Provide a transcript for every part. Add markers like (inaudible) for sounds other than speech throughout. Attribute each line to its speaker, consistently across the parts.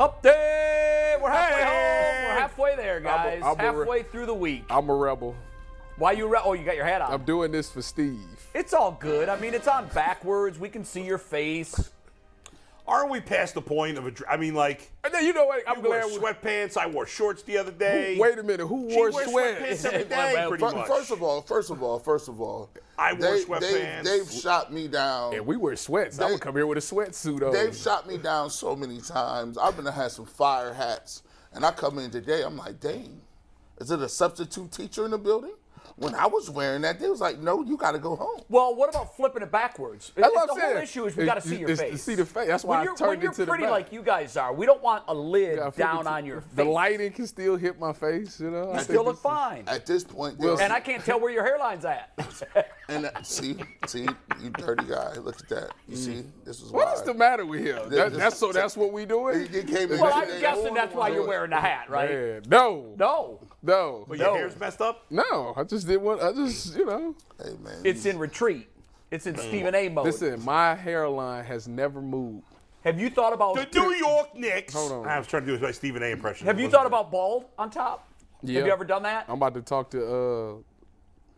Speaker 1: Up day! We're halfway
Speaker 2: Hey!
Speaker 1: home. We're halfway there, guys.
Speaker 2: I'm a re-
Speaker 1: halfway through the week.
Speaker 2: I'm a rebel.
Speaker 1: Why you? Re- oh, you got your hat on.
Speaker 2: I'm doing this for Steve.
Speaker 1: it's all good. I mean, it's on backwards. We can see your face.
Speaker 3: Aren't we past the point of a? dr- I mean, like
Speaker 2: And then you know what? I'm
Speaker 3: you wear
Speaker 2: glad. we-
Speaker 3: sweatpants. I wore shorts the other day.
Speaker 2: Wait a minute. Who
Speaker 3: She
Speaker 2: wore
Speaker 3: wears
Speaker 2: sweats? (laughs)
Speaker 3: sweatpants every
Speaker 1: Well,
Speaker 3: day,
Speaker 1: well,
Speaker 3: pretty
Speaker 4: Fir-
Speaker 3: much.
Speaker 4: First of all, first of all, first of all,
Speaker 3: I wore
Speaker 4: they,
Speaker 3: sweatpants.
Speaker 4: They've, they've shot me down.
Speaker 2: And we wear sweats. I'm gonna
Speaker 4: They-
Speaker 2: come here with a sweatsuit on.
Speaker 4: They've shot me down so many times. I've been to have some fire hats, and I come in today. I'm like, dang, is it a substitute teacher in the building? When I was wearing that, they was like, no, you got to go home.
Speaker 1: Well, what about flipping it backwards?
Speaker 2: That's what
Speaker 1: the
Speaker 2: I'm saying.
Speaker 1: whole issue is we
Speaker 2: It-
Speaker 1: got to see your
Speaker 2: it's to
Speaker 1: face.
Speaker 2: see the face. That's why
Speaker 1: when
Speaker 2: I
Speaker 1: you're,
Speaker 2: turned
Speaker 1: when
Speaker 2: it
Speaker 1: you're
Speaker 2: to the
Speaker 1: pretty
Speaker 2: back.
Speaker 1: like you guys are, we don't want a lid
Speaker 2: Yeah, I figured
Speaker 1: down
Speaker 2: the-
Speaker 1: on your face.
Speaker 2: The lighting can still hit my face. You know.
Speaker 1: You still look
Speaker 2: (laughs)
Speaker 1: fine.
Speaker 4: At this point,
Speaker 2: Well,
Speaker 4: they-
Speaker 1: and I can't tell where your hairline's
Speaker 2: (laughs)
Speaker 1: at.
Speaker 4: (laughs)
Speaker 1: (laughs)
Speaker 4: and that- see, see, you dirty guy. Look at that. You see, this is
Speaker 2: What
Speaker 4: why-
Speaker 2: is the matter with him? That- that's so. That's what we
Speaker 4: He,
Speaker 2: doing.
Speaker 4: he came in
Speaker 1: well,
Speaker 4: today.
Speaker 1: I'm guessing that's why you're wearing the hat, right?
Speaker 2: Man, no.
Speaker 1: No,
Speaker 2: No.
Speaker 3: But your hair's messed up.
Speaker 2: No. I just did what I just. You know.
Speaker 1: Oh.
Speaker 4: Hey, man,
Speaker 1: it's in retreat. It's in Stephen A. mode.
Speaker 2: Mm. Listen, my hairline has never moved.
Speaker 1: Have you thought about
Speaker 3: The New York Knicks.
Speaker 2: Hold on.
Speaker 3: I was trying to do my Stephen A. impression.
Speaker 1: Have
Speaker 3: It
Speaker 1: you
Speaker 3: wasn't
Speaker 1: thought
Speaker 3: good.
Speaker 1: about bald on top?
Speaker 2: Yeah.
Speaker 1: Have you ever done that?
Speaker 2: I'm about to talk to uh,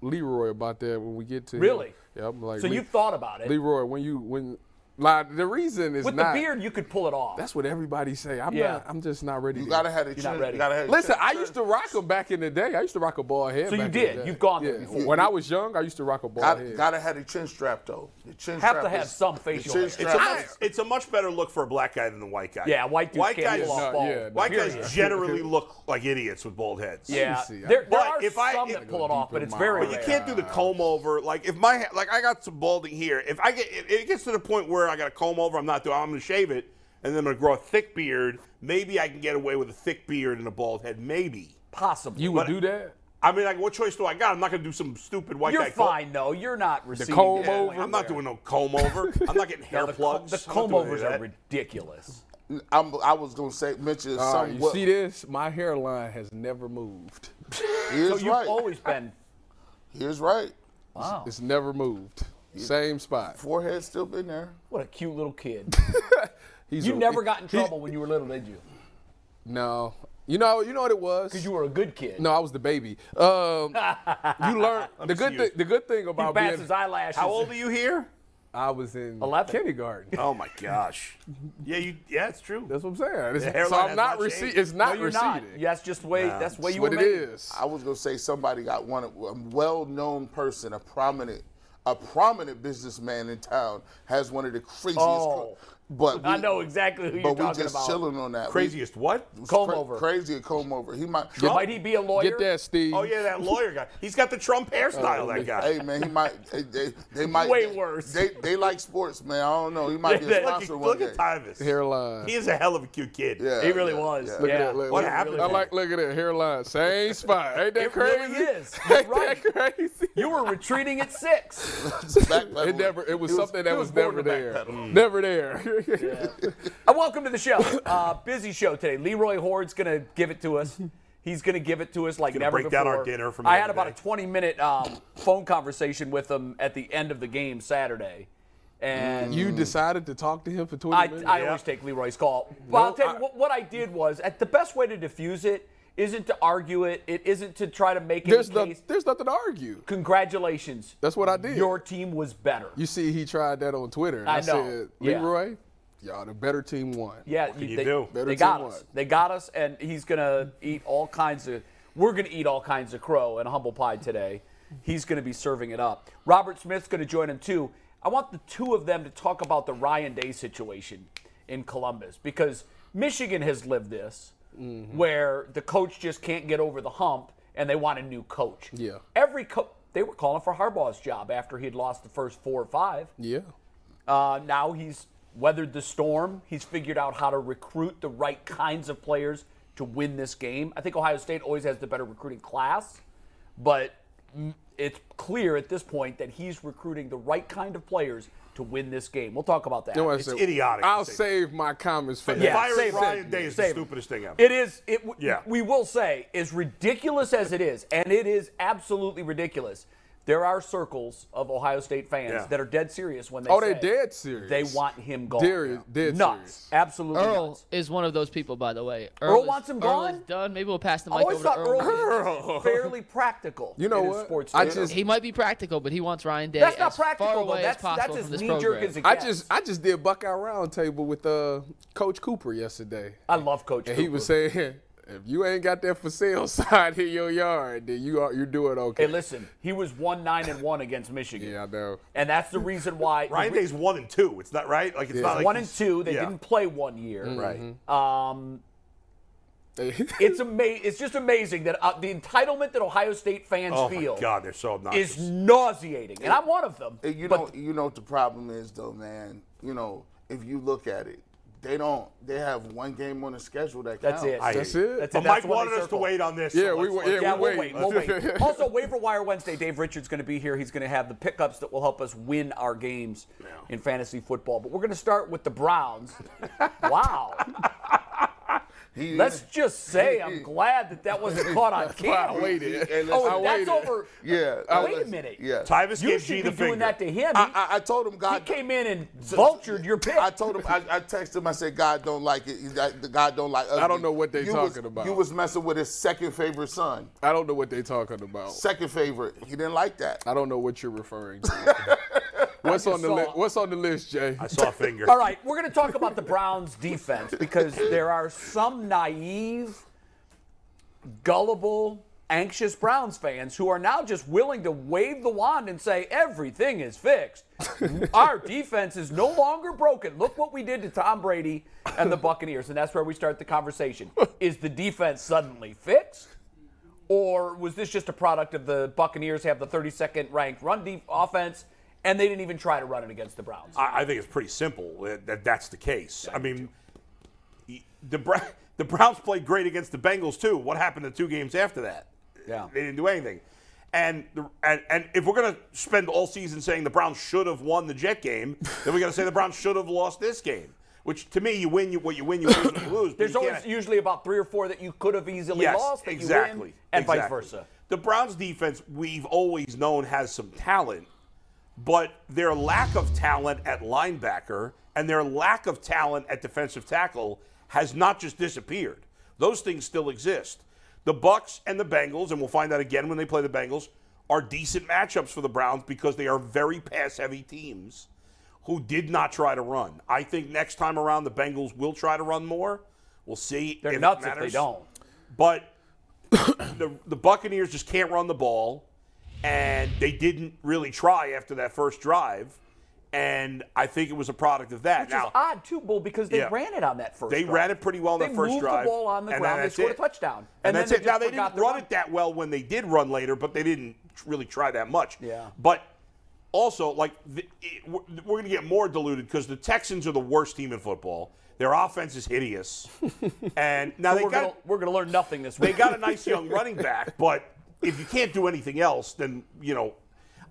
Speaker 2: Leroy about that when we get to him.
Speaker 1: Really?
Speaker 2: Yeah, I'm like
Speaker 1: so
Speaker 2: "Le-
Speaker 1: you've thought about it.
Speaker 2: Leroy when you when like the reason is
Speaker 1: With
Speaker 2: not
Speaker 1: the beard, you could pull it off.
Speaker 2: That's what everybody say. I'm
Speaker 1: Yeah.
Speaker 2: not. I'm just not ready.
Speaker 4: you
Speaker 2: to-
Speaker 4: gotta have a chin.
Speaker 1: not ready.
Speaker 4: You gotta have
Speaker 2: (laughs)
Speaker 4: a (laughs)
Speaker 2: Listen,
Speaker 4: chin.
Speaker 2: I used to rock them back in the day. I used to rock a bald head.
Speaker 1: So you
Speaker 2: back in the
Speaker 1: did.
Speaker 2: day.
Speaker 1: You've gone there
Speaker 2: Yeah.
Speaker 1: before.
Speaker 2: When I was young, I used to rock a bald
Speaker 4: Gotta,
Speaker 2: head.
Speaker 4: gotta have the chin strap though. The chin
Speaker 1: Have to
Speaker 4: strap
Speaker 1: have
Speaker 4: is-
Speaker 1: some
Speaker 4: the
Speaker 1: facial
Speaker 4: chin
Speaker 1: hair.
Speaker 3: It's a,
Speaker 4: strap
Speaker 3: much,
Speaker 4: is-
Speaker 3: it's a much better look for a black guy than a white guy.
Speaker 1: yeah, white dudes
Speaker 3: white
Speaker 1: can't
Speaker 3: guys,
Speaker 1: pull off
Speaker 2: No,
Speaker 1: bald.
Speaker 2: yeah, no.
Speaker 3: white
Speaker 1: period.
Speaker 3: guys generally look like idiots with bald heads.
Speaker 1: Yeah,
Speaker 2: Let me see.
Speaker 1: there, there
Speaker 3: But
Speaker 1: are
Speaker 3: if
Speaker 1: some
Speaker 3: I-
Speaker 1: that
Speaker 3: if-
Speaker 1: pull it off, but it's
Speaker 2: But
Speaker 1: very
Speaker 3: But
Speaker 1: rare.
Speaker 3: you can't do the comb over. Like if my ha- like I got some balding here. If I get it, it gets to the point where I got a comb over, I'm not doing. I'm gonna shave it, and then I'm gonna grow a thick beard. Maybe I can get away with a thick beard and a bald head. Maybe.
Speaker 1: possibly.
Speaker 2: you would do that.
Speaker 3: I mean, like what choice do I got? I'm not gonna do some stupid white
Speaker 1: You're
Speaker 3: guy. comb-
Speaker 1: fine, though. You're not receiving
Speaker 2: comb
Speaker 1: that
Speaker 2: over?
Speaker 1: way.
Speaker 3: I'm not doing no comb over. I'm
Speaker 1: (laughs)
Speaker 3: not getting hair
Speaker 1: the, co-
Speaker 3: plugs.
Speaker 1: the
Speaker 3: I'm not
Speaker 1: comb
Speaker 3: doing any
Speaker 1: overs
Speaker 3: of
Speaker 1: are
Speaker 3: that.
Speaker 1: ridiculous.
Speaker 4: I'm, I was gonna say mention
Speaker 2: All right,
Speaker 4: some.
Speaker 2: you see this? My hairline has never moved.
Speaker 4: Here's
Speaker 1: So you've
Speaker 4: right.
Speaker 1: always been.
Speaker 4: Here's right.
Speaker 1: Wow,
Speaker 2: It's never moved. Same spot.
Speaker 4: Forehead's still been there.
Speaker 1: what a cute little kid.
Speaker 2: He's
Speaker 1: You
Speaker 2: a-
Speaker 1: never got in
Speaker 2: he-
Speaker 1: trouble when you were little, did you?
Speaker 2: No. You know. You know what it was.
Speaker 1: Because you were a good kid.
Speaker 2: No, I was the baby. Um,
Speaker 1: (laughs)
Speaker 2: you learn the good
Speaker 3: see
Speaker 2: thing.
Speaker 3: you.
Speaker 2: The good thing
Speaker 1: He
Speaker 2: about
Speaker 1: bats
Speaker 2: being
Speaker 1: his eyelashes.
Speaker 3: How old are you here?
Speaker 2: I was in
Speaker 1: 11.
Speaker 2: kindergarten.
Speaker 3: Oh my gosh. Yeah, you. Yeah, it's true.
Speaker 2: That's what I'm saying. It's-
Speaker 3: hairline
Speaker 2: so I'm
Speaker 3: has
Speaker 2: not
Speaker 3: not
Speaker 2: receiving.
Speaker 3: changed.
Speaker 2: It's not
Speaker 1: No, you're not.
Speaker 2: receding.
Speaker 1: That's just way. That's the way
Speaker 2: That's
Speaker 1: you
Speaker 2: what
Speaker 1: were
Speaker 2: it
Speaker 1: made.
Speaker 2: is.
Speaker 4: I was gonna say somebody got one. A well-known person, a prominent, a prominent businessman in town has one of the craziest.
Speaker 1: Oh.
Speaker 4: but
Speaker 1: I
Speaker 4: we-
Speaker 1: know exactly who you're
Speaker 4: But we
Speaker 1: talking
Speaker 4: just
Speaker 1: about.
Speaker 4: chilling on that. We-
Speaker 3: Craziest what?
Speaker 1: comb
Speaker 4: cra-
Speaker 1: over.
Speaker 4: Crazy a comb over. He might.
Speaker 1: Might he be a lawyer?
Speaker 2: Get that, Steve.
Speaker 3: Oh yeah, that lawyer guy. He's got the Trump hairstyle. that guy.
Speaker 4: (laughs) Uh, Hey man, he might. They, they, they might.
Speaker 1: (laughs) Way
Speaker 4: they-
Speaker 1: worse.
Speaker 4: They, they like sports, man. I don't know. He might be a
Speaker 1: Look at-
Speaker 3: look, at-
Speaker 4: sponsor one
Speaker 3: look
Speaker 4: day.
Speaker 3: at Tyvis.
Speaker 2: Hairline.
Speaker 3: He is a hell of a cute kid.
Speaker 4: Yeah,
Speaker 1: He really
Speaker 4: yeah,
Speaker 1: was.
Speaker 4: yeah.
Speaker 1: Yeah.
Speaker 2: Look at that, look-
Speaker 3: What
Speaker 2: look-
Speaker 3: happened?
Speaker 2: I
Speaker 3: was.
Speaker 2: like. Look at that hairline.
Speaker 1: (laughs)
Speaker 2: Same spot. Ain't that
Speaker 1: It
Speaker 2: crazy?
Speaker 1: really is. You're
Speaker 2: (laughs) Ain't
Speaker 1: right.
Speaker 2: that crazy?
Speaker 1: You were retreating at six. (laughs)
Speaker 4: Backpedaling.
Speaker 2: It never. It was
Speaker 4: He
Speaker 2: something that
Speaker 1: was
Speaker 2: was
Speaker 1: born
Speaker 2: never
Speaker 1: to
Speaker 2: there. Never there. (laughs)
Speaker 1: Uh, welcome to the show. Uh, busy show today. Leroy Horde's gonna give it to us. He's gonna give it to us like
Speaker 3: Gonna
Speaker 1: never
Speaker 3: break
Speaker 1: before.
Speaker 3: down our dinner from
Speaker 1: I
Speaker 3: the
Speaker 1: had
Speaker 3: other
Speaker 1: about
Speaker 3: day.
Speaker 1: a 20-minute um, phone conversation with him at the end of the game Saturday, and
Speaker 2: You decided to talk to him for 20
Speaker 1: I,
Speaker 2: minutes.
Speaker 1: I
Speaker 3: Yeah.
Speaker 1: always take Leroy's call. But I'll tell you
Speaker 2: I-
Speaker 1: what, what I did was at the best way to diffuse it isn't to argue it. It isn't to try to make
Speaker 2: there's
Speaker 1: any
Speaker 2: no,
Speaker 1: case.
Speaker 2: there's nothing to argue.
Speaker 1: Congratulations.
Speaker 2: That's what I did.
Speaker 1: Your team was better.
Speaker 2: You see, he tried that on Twitter. And
Speaker 1: I
Speaker 2: I,
Speaker 1: know.
Speaker 2: said,
Speaker 1: Yeah.
Speaker 2: Leroy, y'all the better team won.
Speaker 1: yeah,
Speaker 3: you
Speaker 1: they,
Speaker 3: do?
Speaker 1: They
Speaker 2: Better
Speaker 1: got
Speaker 2: team
Speaker 1: us.
Speaker 2: won.
Speaker 1: They got us, and he's gonna eat all kinds of. We're gonna eat all kinds of crow and humble pie today. He's gonna be serving it up. Robert Smith's gonna join him too. I want the two of them to talk about the Ryan Day situation in Columbus because Michigan has lived this,
Speaker 2: Mm-hmm.
Speaker 1: where the coach just can't get over the hump, and they want a new coach.
Speaker 2: Yeah.
Speaker 1: Every coach. They were calling for Harbaugh's job after he had lost the first four or five.
Speaker 2: Yeah.
Speaker 1: Uh, now he's weathered the storm. He's figured out how to recruit the right kinds of players to win this game. I think Ohio State always has the better recruiting class, but mm, it's clear at this point that he's recruiting the right kind of players to win this game. We'll talk about that.
Speaker 2: You know what I
Speaker 3: It's
Speaker 2: said?
Speaker 3: idiotic to
Speaker 2: I'll
Speaker 3: say that.
Speaker 2: save my comments for
Speaker 1: Yeah,
Speaker 2: that.
Speaker 3: Firing
Speaker 1: save it.
Speaker 3: Ryan Day is the
Speaker 1: Save it.
Speaker 3: stupidest thing ever.
Speaker 1: It is. It, w-
Speaker 3: Yeah.
Speaker 1: We will say, as ridiculous as it is, and it is absolutely ridiculous. There are circles of Ohio State fans
Speaker 3: Yeah.
Speaker 1: that are dead serious when they.
Speaker 2: Oh,
Speaker 1: say
Speaker 2: they dead serious.
Speaker 1: They want him gone.
Speaker 2: Dead- dead
Speaker 1: nuts.
Speaker 2: serious.
Speaker 1: Absolutely
Speaker 4: Earl.
Speaker 1: nuts.
Speaker 5: is one of those people, by the way.
Speaker 1: Earl
Speaker 5: is-
Speaker 1: wants him
Speaker 5: Earl
Speaker 1: gone?
Speaker 5: is done. Maybe we'll pass the
Speaker 1: I
Speaker 5: mic
Speaker 1: always
Speaker 5: over to
Speaker 1: thought
Speaker 5: Earl.
Speaker 1: Earl
Speaker 3: (laughs)
Speaker 1: was fairly practical.
Speaker 2: You know
Speaker 1: in his
Speaker 2: what?
Speaker 1: sports
Speaker 2: I
Speaker 1: career.
Speaker 2: just-
Speaker 5: (laughs) He might be practical, but he wants Ryan Day
Speaker 1: that's not
Speaker 5: as far
Speaker 1: practical
Speaker 5: away
Speaker 1: though.
Speaker 5: as
Speaker 1: That's
Speaker 5: possible
Speaker 1: that's as
Speaker 5: from this
Speaker 1: knee jerk
Speaker 5: program.
Speaker 1: as it
Speaker 2: I
Speaker 1: gets.
Speaker 2: just I just did Buckeye Roundtable with uh, Coach Cooper yesterday.
Speaker 1: I love Coach.
Speaker 2: And he
Speaker 1: Cooper.
Speaker 2: was saying, (laughs) if you ain't got that for sale sign in your yard, then you are you're doing okay.
Speaker 1: Hey, listen, he was one nine and one against Michigan.
Speaker 2: Yeah, I know. (laughs)
Speaker 1: And that's the reason why
Speaker 3: Ryan Day's one and two. It's not right. Like it's not like
Speaker 1: one and
Speaker 3: he's-
Speaker 1: two. They
Speaker 3: yeah. Mm.
Speaker 1: didn't play one year.
Speaker 2: Mm-hmm.
Speaker 3: Right.
Speaker 1: Um,
Speaker 2: They-
Speaker 1: it's ama- It's just amazing that uh, the entitlement that Ohio State fans
Speaker 3: Oh
Speaker 1: feel
Speaker 3: my God, they're so
Speaker 1: is
Speaker 3: obnoxious.
Speaker 1: nauseating, and I'm one of them.
Speaker 4: And you
Speaker 1: but
Speaker 4: know, you know what the problem is though, man. You know, if you look at it, they don't. They have one game on the schedule that
Speaker 1: that's
Speaker 4: counts.
Speaker 1: it.
Speaker 3: I
Speaker 2: That's
Speaker 3: hate
Speaker 2: it.
Speaker 1: That's
Speaker 3: But
Speaker 1: it. That's
Speaker 3: Mike
Speaker 1: the one
Speaker 3: wanted
Speaker 1: they
Speaker 3: us to
Speaker 1: circled.
Speaker 3: wait on this.
Speaker 2: Yeah,
Speaker 3: so
Speaker 2: we
Speaker 3: let's-
Speaker 2: wa- yeah,
Speaker 1: Yeah,
Speaker 2: we
Speaker 1: we'll wait.
Speaker 2: wait.
Speaker 1: We'll
Speaker 3: (laughs)
Speaker 1: wait. also, waiver wire Wednesday. Dave Richards going to be here. He's going to have the pickups that will help us win our games in fantasy football. But we're going to start with the Browns. (laughs) wow.
Speaker 4: He-
Speaker 1: Let's just say
Speaker 4: (laughs)
Speaker 1: I'm glad that that wasn't caught on
Speaker 2: I
Speaker 1: camera. (laughs)
Speaker 2: waited.
Speaker 4: Hey, listen,
Speaker 1: Oh,
Speaker 4: I
Speaker 1: that's
Speaker 4: waited.
Speaker 1: over.
Speaker 4: Yeah.
Speaker 1: Now,
Speaker 4: I
Speaker 1: wait a
Speaker 4: was-
Speaker 1: minute.
Speaker 4: Yeah.
Speaker 3: Tyvus
Speaker 1: You
Speaker 3: gave G
Speaker 1: should
Speaker 3: the
Speaker 1: be doing
Speaker 3: finger.
Speaker 1: that to him.
Speaker 4: I, I, I told him
Speaker 1: he
Speaker 4: God. (laughs)
Speaker 1: came in and vultured your pick.
Speaker 4: I told him. I, I texted him. I said, God don't like it. He's like, The God don't like. Ugly.
Speaker 2: I don't know what they
Speaker 4: you
Speaker 2: talking
Speaker 4: was,
Speaker 2: about.
Speaker 4: You was messing with his second favorite son.
Speaker 2: I don't know what they talking about.
Speaker 4: Second favorite. He didn't like that.
Speaker 2: I don't know what you're
Speaker 1: (laughs)
Speaker 2: referring to. what's on the
Speaker 1: saw-
Speaker 2: li- what's on the list, Jay?
Speaker 3: I (laughs) saw a finger.
Speaker 1: (laughs) All right, we're going to talk about the Browns' defense because there are some naive, gullible, anxious Browns fans who are now just willing to wave the wand and say everything is fixed. Our defense is no longer broken. Look what we did to Tom Brady and the Buccaneers, and that's where we start the conversation. Is the defense suddenly fixed? Or was this just a product of the Buccaneers have the 32nd ranked run def offense and they didn't even try to run it against the Browns?
Speaker 3: I, I think it's pretty simple that, that that's the case. I mean, y- the Bra- (laughs) the Browns played great against the Bengals too. What happened the two games after that?
Speaker 1: Yeah.
Speaker 3: they didn't do anything. And the, and and if we're gonna spend all season saying the Browns should have won the Jet game, then we got to say the Browns should have lost this game. Which to me, you win, you what you win, you lose, what you lose. but
Speaker 1: There's
Speaker 3: you
Speaker 1: always
Speaker 3: can't-
Speaker 1: usually about three or four that you could have easily
Speaker 3: yes,
Speaker 1: lost that
Speaker 3: exactly,
Speaker 1: you win, and vice
Speaker 3: exactly.
Speaker 1: versa.
Speaker 3: The Browns defense we've always known has some talent, but their lack of talent at linebacker and their lack of talent at defensive tackle has not just disappeared. Those things still exist. The Bucks and the Bengals, and we'll find out again when they play the Bengals, are decent matchups for the Browns because they are very pass heavy teams who did not try to run. I think next time around the Bengals will try to run more. We'll see.
Speaker 1: They're
Speaker 3: if it
Speaker 1: nuts if they
Speaker 3: matters.
Speaker 1: don't.
Speaker 3: But (coughs) the, the Buccaneers just can't run the ball, and they didn't really try after that first drive. And I think it was a product of that.
Speaker 1: Which
Speaker 3: now,
Speaker 1: is odd too, Bull, because they
Speaker 3: Yeah.
Speaker 1: ran it on that first.
Speaker 3: They
Speaker 1: drive.
Speaker 3: ran it pretty well in
Speaker 1: they
Speaker 3: the first
Speaker 1: moved
Speaker 3: drive.
Speaker 1: the ball on the
Speaker 3: and then
Speaker 1: ground. They
Speaker 3: that's
Speaker 1: scored
Speaker 3: it.
Speaker 1: a touchdown,
Speaker 3: And, that's
Speaker 1: then
Speaker 3: it. Now
Speaker 1: just
Speaker 3: they
Speaker 1: forgot
Speaker 3: didn't
Speaker 1: to
Speaker 3: run it that well when they did run later, but they didn't really try that much.
Speaker 1: Yeah.
Speaker 3: But also, like the, it, we're, we're going to get more diluted because the Texans are the worst team in football. Their offense
Speaker 1: (laughs)
Speaker 3: is hideous, and now they
Speaker 1: We're
Speaker 3: got
Speaker 1: gonna, we're gonna learn nothing this
Speaker 3: they
Speaker 1: week.
Speaker 3: got a nice young running back, but if you can't do anything else, then you know,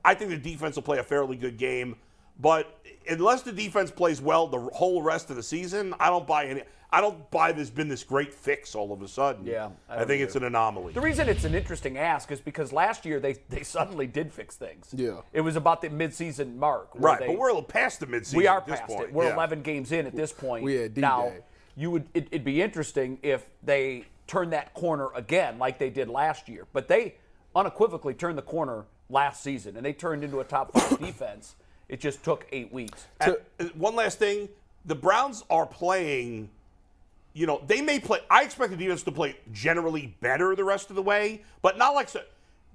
Speaker 3: I think the defense will play a fairly good game. But unless the defense plays well the whole rest of the season, I don't buy any. I don't buy there's been this great fix all of a sudden.
Speaker 1: Yeah, I
Speaker 3: I,
Speaker 1: don't
Speaker 3: think it's an anomaly.
Speaker 1: The reason it's an interesting ask is because last year they, they suddenly did fix things.
Speaker 2: Yeah.
Speaker 1: It was about the midseason mark. where
Speaker 3: Right,
Speaker 1: they-
Speaker 3: but we're a little past the midseason.
Speaker 1: we are
Speaker 3: at this
Speaker 1: past
Speaker 3: point.
Speaker 1: it. We're
Speaker 3: yeah.
Speaker 1: 11 games in at this point.
Speaker 2: We had D-Day.
Speaker 1: Now, you would it, it'd be interesting if they turn that corner again, like they did last year. But they unequivocally turned the corner last season, and they turned into a top five
Speaker 3: (coughs)
Speaker 1: defense. It just took eight weeks.
Speaker 3: And, uh, one last thing, the Browns are playing. You know, they may play. I expect the defense to play generally better the rest of the way, but not like so,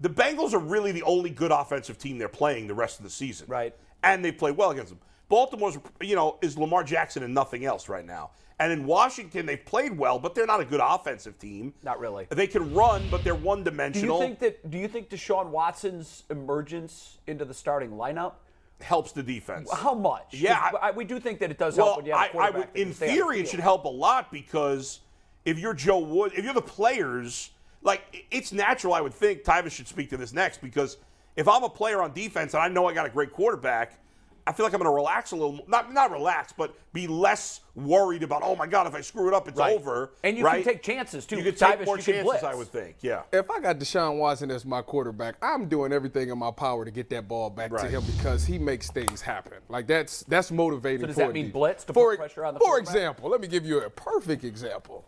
Speaker 3: the Bengals are really the only good offensive team they're playing the rest of the season.
Speaker 1: Right.
Speaker 3: and they play well against them. Baltimore's, you know, is Lamar Jackson and nothing else right now. And in Washington, they've played well, but they're not a good offensive team.
Speaker 1: Not really.
Speaker 3: They can run, but they're one
Speaker 1: Do you
Speaker 3: dimensional.
Speaker 1: think that? Do you think Deshaun Watson's emergence into the starting lineup
Speaker 3: helps the defense.
Speaker 1: How much? 'Cause
Speaker 3: Yeah, I-
Speaker 1: I, we do think that it does help
Speaker 3: well,
Speaker 1: when you have a
Speaker 3: I, I
Speaker 1: quarterback.
Speaker 3: would,
Speaker 1: that can
Speaker 3: in
Speaker 1: stay on the
Speaker 3: theory, it
Speaker 1: field.
Speaker 3: should help a lot because if you're Joe Wood, if you're the players, like i- it's natural. I would think Tyvis should speak to this next because if I'm a player on defense and I know I got a great quarterback, I feel like I'm going to relax a little. Not not relax, but be less worried about. Oh my God, if I screw it up, it's
Speaker 1: Right.
Speaker 3: over.
Speaker 1: And you
Speaker 3: right?
Speaker 1: can take chances too.
Speaker 3: You could
Speaker 1: Tyvus,
Speaker 3: take more
Speaker 1: you can
Speaker 3: chances.
Speaker 1: blitz.
Speaker 3: I would think. Yeah.
Speaker 2: if I got Deshaun Watson as my quarterback, I'm doing everything in my power to get that ball back to
Speaker 3: Right.
Speaker 2: him because he makes things happen. Like that's that's motivating.
Speaker 1: So does
Speaker 2: for
Speaker 1: that
Speaker 2: a
Speaker 1: mean
Speaker 2: def-
Speaker 1: blitz to
Speaker 2: for,
Speaker 1: put pressure on the
Speaker 2: For
Speaker 1: quarterback?
Speaker 2: example, let me give you a perfect example,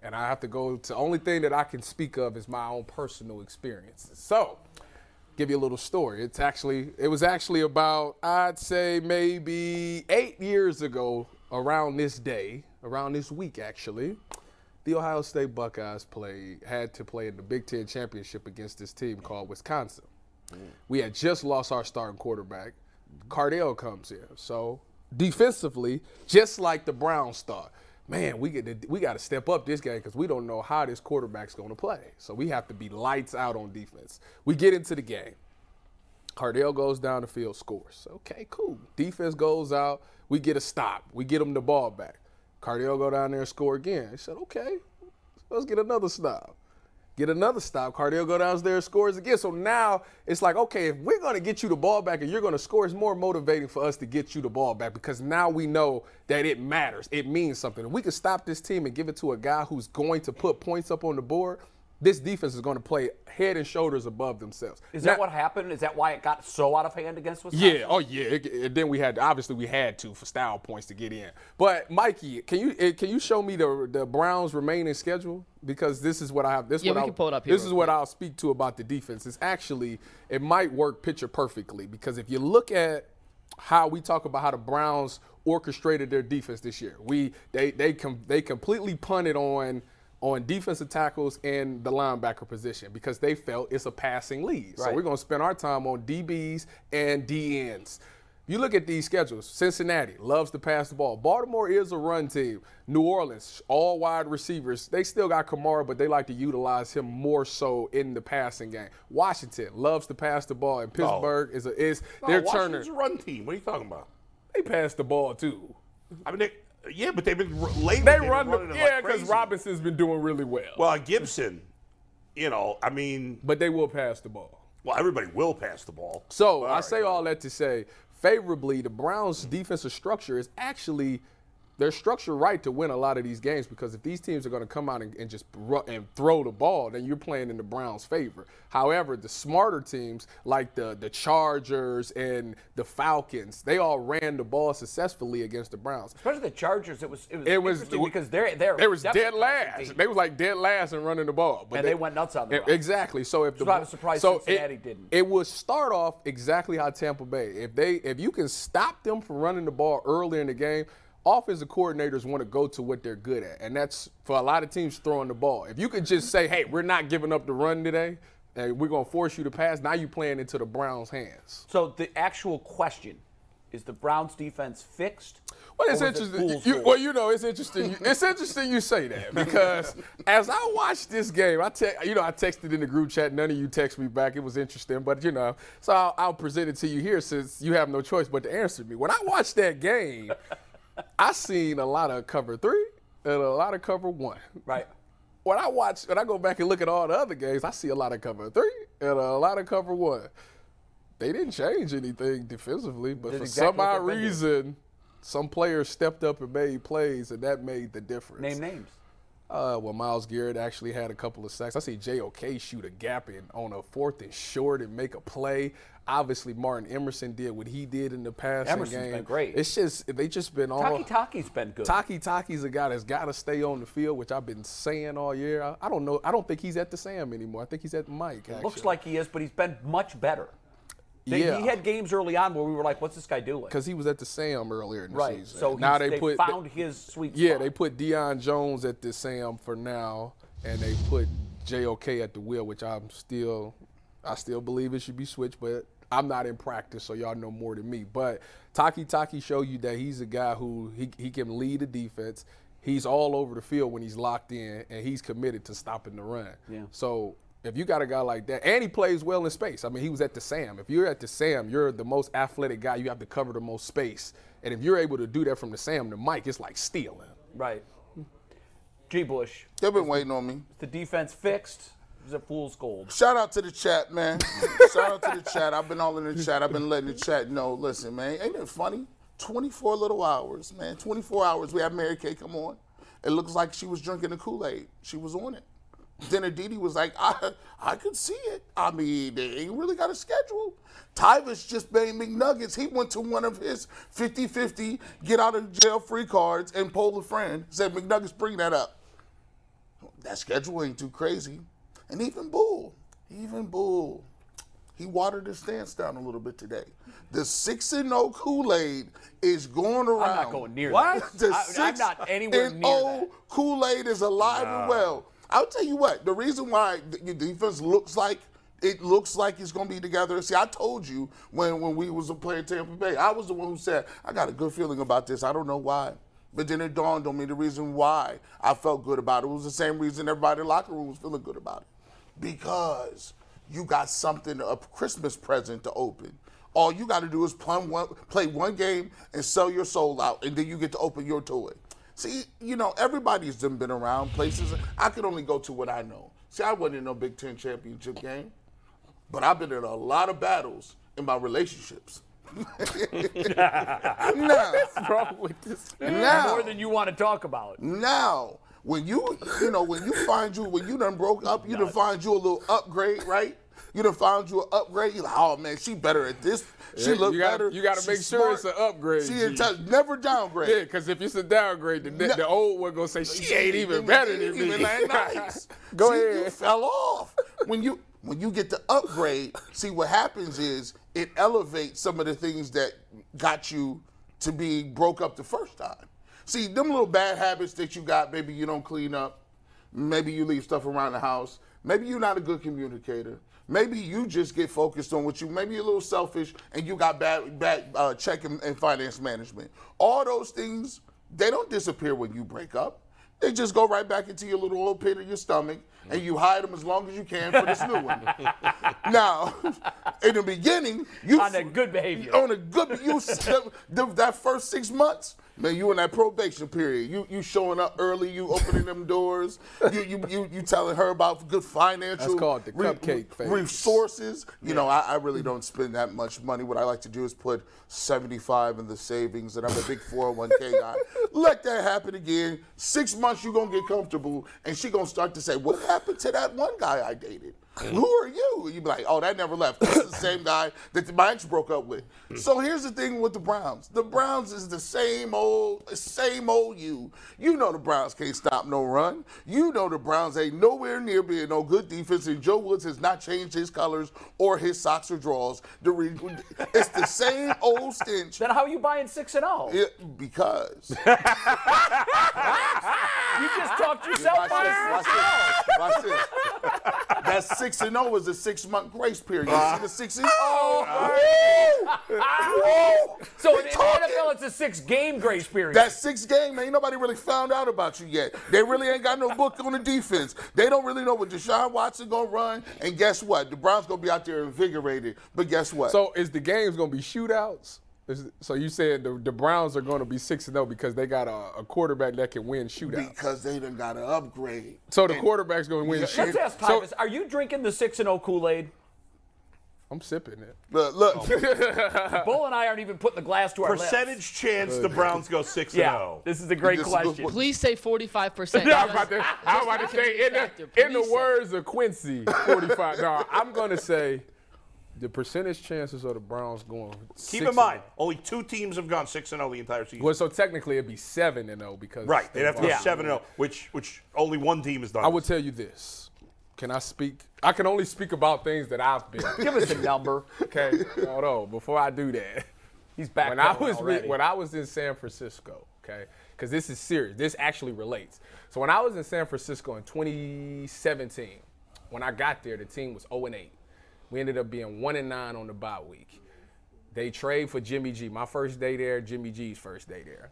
Speaker 2: and I have to go to only thing that I can speak of is my own personal experiences. So, give you a little story. It's actually it was actually about I'd say maybe eight years ago around this day, around this week actually. The Ohio State Buckeyes played had to play in the Big Ten championship against this team called Wisconsin. We had just lost our starting quarterback. Cardell comes in, so defensively, just like the Browns thought, man, we get to, we got to step up this game because we don't know how this quarterback's going to play. So we have to be lights out on defense. We get into the game. Cardell goes down the field, scores. Okay, cool. Defense goes out. We get a stop. We get them the ball back. Cardell go down there and score again. He said, okay, let's get another stop. Get another stop. Cardell go downstairs, scores again. So now it's like, okay, if we're gonna get you the ball back and you're gonna score, it's more motivating for us to get you the ball back because now we know that it matters. It means something. If we can stop this team and give it to a guy who's going to put points up on the board, this defense is gonna play head and shoulders above themselves.
Speaker 1: Is that
Speaker 2: Now-
Speaker 1: what happened? Is that why it got so out of hand against Wisconsin?
Speaker 2: yeah. Oh, yeah. It- it- then we had obviously we had to for style points to get in. But Mikey, can you eh, can you show me the the Browns' remaining schedule because this is what I have. This
Speaker 5: Yeah,
Speaker 2: what
Speaker 5: we
Speaker 2: I-
Speaker 5: can pull it up here
Speaker 2: This
Speaker 5: real
Speaker 2: is what I'll speak to about the defense. It's actually it might work picture perfectly because if you look at how we talk about how the Browns orchestrated their defense this year, we they they com- they completely punted on. On defensive tackles and the linebacker position because they felt it's a passing lead. So
Speaker 1: Right.
Speaker 2: we're going to spend our time on DBs and DNs. You look at these schedules. Cincinnati loves to pass the ball. Baltimore is a run team. New Orleans, all wide receivers. They still got Kamara, but they like to utilize him more so in the passing game. Washington loves to pass the ball, and Pittsburgh is a, is their
Speaker 3: No,
Speaker 2: Turner.
Speaker 3: Washington's a run team. What are you talking about?
Speaker 2: They pass the ball too.
Speaker 3: I mean, they, yeah, but they've been r-
Speaker 2: They
Speaker 3: lately. they've been
Speaker 2: run
Speaker 3: running
Speaker 2: the
Speaker 3: it
Speaker 2: yeah
Speaker 3: like
Speaker 2: because
Speaker 3: crazy.
Speaker 2: Robinson's been doing really well.
Speaker 3: Well, Gibson, you know, I mean,
Speaker 2: but they will pass the ball.
Speaker 3: well, everybody will pass the ball.
Speaker 2: So I
Speaker 3: right,
Speaker 2: say all that to say, favorably, the Browns' defensive structure is actually their structure right to win a lot of these games because if these teams are going to come out and, and just ru- and throw the ball, then you're playing in the Browns' favor. However, the smarter teams like the the Chargers and the Falcons, they all ran the ball successfully against the Browns.
Speaker 1: Especially the Chargers, it was it was,
Speaker 2: It was-
Speaker 1: interesting because they're they're
Speaker 2: They was dead
Speaker 1: exceptional passing
Speaker 2: last.
Speaker 1: team.
Speaker 2: They was like dead last in running the ball. But
Speaker 1: And they went nuts on the
Speaker 2: E-
Speaker 1: run.
Speaker 2: Exactly. So if the
Speaker 1: why I was surprised
Speaker 2: so
Speaker 1: Cincinnati
Speaker 2: it,
Speaker 1: didn't.
Speaker 2: It would start off exactly how Tampa Bay. If they if you can stop them from running the ball early in the game, offensive coordinators want to go to what they're good at, and that's for a lot of teams throwing the ball. If you could just say, "Hey, we're not giving up the run today, and we're gonna force you to pass," now you're playing into the Browns' hands.
Speaker 1: So the actual question is: the Browns defense fixed?
Speaker 2: Well, it's
Speaker 1: Or was it
Speaker 2: interesting.
Speaker 1: fool's
Speaker 2: you-
Speaker 1: gold?
Speaker 2: well, you know, it's interesting. you- It's interesting you say that because
Speaker 1: (laughs)
Speaker 2: as I watched this game, I te- you know I texted in the group chat. None of you text me back. It was interesting, but you know, so I'll, I'll present it to you here since you have no choice but to answer me. When I watched that game, I seen a lot of cover three and a lot of cover one.
Speaker 1: Right.
Speaker 2: When I watch, when I go back and look at all the other games, I see a lot of cover three and a lot of cover one. They didn't change anything defensively, but
Speaker 1: Did
Speaker 2: for
Speaker 1: exactly
Speaker 2: some
Speaker 1: what
Speaker 2: odd
Speaker 1: they've been doing.
Speaker 2: reason, some players stepped up and made plays, and that made the difference.
Speaker 1: Name names.
Speaker 2: Uh, well, Miles Garrett actually had a couple of sacks. I see JOK shoot a gap in on a fourth and short and make a play. Obviously, Martin Emerson did what he did in the passing
Speaker 1: Emerson's
Speaker 2: game.
Speaker 1: been great.
Speaker 2: It's just they just been all
Speaker 1: Taki Taki's been good.
Speaker 2: Oh. Taki Taki's a guy that's got to stay on the field, which I've been saying all year. I, I don't know. I don't think he's at the Sam anymore. I think he's at Mike. Actually.
Speaker 1: Looks like he is, but he's been much better. They-
Speaker 2: yeah,
Speaker 1: He had games early on where we were like, "What's this guy doing?"
Speaker 2: because he was at the Sam earlier in the
Speaker 1: Right.
Speaker 2: season.
Speaker 1: So he's-
Speaker 2: now they,
Speaker 1: they
Speaker 2: put
Speaker 1: found his sweet
Speaker 2: Yeah,
Speaker 1: spot.
Speaker 2: they put Deion Jones at the Sam for now, and they put JOK at the wheel, which I'm still, I still believe it should be switched, but I'm not in practice, so y'all know more than me. But Taki Taki show you that he's a guy who he, he can lead the defense. He's all over the field when he's locked in, and he's committed to stopping the run.
Speaker 1: Yeah.
Speaker 2: So If you got a guy like that, and he plays well in space. I mean, he was at the Sam. If you're at the Sam, you're the most athletic guy. You have to cover the most space. And if you're able to do that from the Sam to Mike, it's like stealing.
Speaker 1: Right. G. Bush,
Speaker 4: They've been waiting on me.
Speaker 1: the defense fixed. It was a fool's gold.
Speaker 4: Shout out to the chat, man. Shout out to the chat. I've been all in the chat. I've been letting the chat know. Listen, man, ain't it funny? 24 little hours, man. 24 hours. We had Mary Kay come on. It looks like she was drinking the Kool Aid. She was on it. Then Aditi was like, I, I could see it. I mean, they ain't really got a schedule. Tyvus just made McNuggets. He went to one of his 50 50 get out of jail free cards and polled a friend. Said, McNuggets, bring that up that schedule ain't too crazy. And even Bull, even Bull, he watered his stance down a little bit today. The 6 and 0 Kool Aid is going around.
Speaker 1: I'm not going near
Speaker 2: What?
Speaker 1: that.
Speaker 4: The
Speaker 1: I, I'm
Speaker 4: 6
Speaker 1: not anywhere
Speaker 4: and
Speaker 1: near that.
Speaker 4: 0 Kool Aid is alive and well. I'll tell you what, the reason why th- your defense looks like it looks like it's going to be together. See, I told you when, when we was playing Tampa Bay, I was the one who said, I got a good feeling about this. I don't know why. But then it dawned on me the reason why I felt good about it. It was the same reason everybody in the locker room was feeling good about it. Because you got something, a Christmas present to open. All you got to do is plum one, play one game and sell your soul out, and then you get to open your toy. See, you know, everybody's done been around places. I could only go to what I know. See, I wasn't in no Big Ten championship game, but I've been in a lot of battles in
Speaker 1: (laughs)
Speaker 4: my relationships. (laughs) now,
Speaker 3: (laughs)
Speaker 2: wrong with this?
Speaker 4: now,
Speaker 1: More than you want to talk about.
Speaker 4: now, when you you know when you find you when you done broke up, you done find you a little upgrade, right? You done found you an upgrade. You like, oh man, she better at this. She
Speaker 2: Yeah,
Speaker 4: look
Speaker 2: you gotta-
Speaker 4: better.
Speaker 2: you gotta
Speaker 4: She's
Speaker 2: make sure it's
Speaker 4: smart.
Speaker 2: an upgrade,
Speaker 4: She
Speaker 2: G.
Speaker 4: intelligent. never downgrade.
Speaker 2: Yeah, because if it's a downgrade, the, ne-
Speaker 4: No.
Speaker 2: the old one gonna say she ain't even better than me. (laughs)
Speaker 4: Even that nice.
Speaker 2: Go
Speaker 4: See, You
Speaker 2: ahead.
Speaker 4: fell off when you when you get the upgrade. See what happens is it elevates some of the things that got you to be broke up the first time. See them little bad habits that you got. Maybe you don't clean up. Maybe you leave stuff around the house. Maybe you're not a good communicator. Maybe you just get focused on what you. Maybe you're a little selfish, and you got bad, bad uh, check and, and finance management. All those things they don't disappear when you break up. They just go right back into your little old pit of your stomach, and you hide them as long as you can for this
Speaker 1: (laughs)
Speaker 4: new one. now, in the beginning, you
Speaker 1: On that good behavior.
Speaker 4: on a good you the, the- that first six months, man, you in that probation period. You you showing up early, you opening them doors, you you you, you telling her about good financial.
Speaker 2: called the cupcake phase.
Speaker 4: resources. You know, I, I really don't spend that much money. What I like to do is put seventy five in the savings, and I'm a big four hundred one
Speaker 2: (laughs)
Speaker 4: k guy. Let that happen again. Six months, you gonna get comfortable, and she gonna start to say, "What happened to that one guy I dated?" Who are you? And you be like, oh, that never left. This is the same guy that my ex broke up with. So here's the thing with the Browns. The Browns is the same old, same old you. You know the Browns can't stop no run. You know the Browns ain't nowhere near being no good defense, and Joe Woods has not changed his colors or his socks or drawers. The re- it's the same old stench.
Speaker 1: Then how are you buying 6 and oh? 0?
Speaker 4: It- (laughs) because
Speaker 1: You just talked yourself
Speaker 4: Watch
Speaker 1: out
Speaker 4: this.
Speaker 1: of
Speaker 4: Watch
Speaker 1: it.
Speaker 4: this. Watch this. That six and zero is a six month grace period. You see the six and oh, whoa.
Speaker 1: So
Speaker 4: He
Speaker 1: in the
Speaker 4: talking.
Speaker 1: NFL, it's a six game grace period.
Speaker 4: That six game, ain't nobody really found out about you yet. They really ain't got no book on the defense. They don't really know what Deshaun Watson gonna run. And guess what? The Browns gonna be out there invigorated. But guess what?
Speaker 2: So is the games gonna be shootouts? Is, so you said the, the Browns are gonna be six and zero because they got a, a quarterback that can win shootouts.
Speaker 4: because they done got to upgrade.
Speaker 2: so the quarterback's gonna win shootouts.
Speaker 1: Let's ask
Speaker 2: So-
Speaker 1: Tyvus, are you drinking the 6 and 0 Kool Aid?
Speaker 2: I'm sipping it.
Speaker 4: Look, look.
Speaker 3: Oh,
Speaker 2: Uh,
Speaker 1: Bull and I aren't even putting the glass to our lips.
Speaker 3: Percentage chance the Browns go six and oh.
Speaker 1: Yeah,
Speaker 3: zero.
Speaker 1: this is a great
Speaker 4: This is a good
Speaker 1: question.
Speaker 4: one.
Speaker 5: Please say
Speaker 1: (laughs)
Speaker 5: 45%.
Speaker 2: I'm about to, I'm about to say in the, in the words of Quincy, 45. no, I'm gonna say the percentage chances of the Browns going. oh.
Speaker 3: Keep in mind,
Speaker 1: oh.
Speaker 3: only two teams have gone six and zero the entire season.
Speaker 2: Well, so technically it'd be seven and zero because
Speaker 3: right, they'd have to go
Speaker 1: Yeah.
Speaker 3: seven and zero, which which only one team has done. Uh,
Speaker 2: I would tell you this. Can I speak? I can only speak about things that I've been.
Speaker 1: (laughs) Give us a number.
Speaker 2: Okay, hold on. Before I do that,
Speaker 1: He's back.
Speaker 2: when I was re-
Speaker 1: already.
Speaker 2: when I was in San Francisco, okay, because this is serious. This actually relates. So when I was in San Francisco in 2017, when I got there, the team was 0 and 8. We ended up being 1 and 9 on the bye week. They trade for Jimmy G. My first day there, Jimmy G's first day there.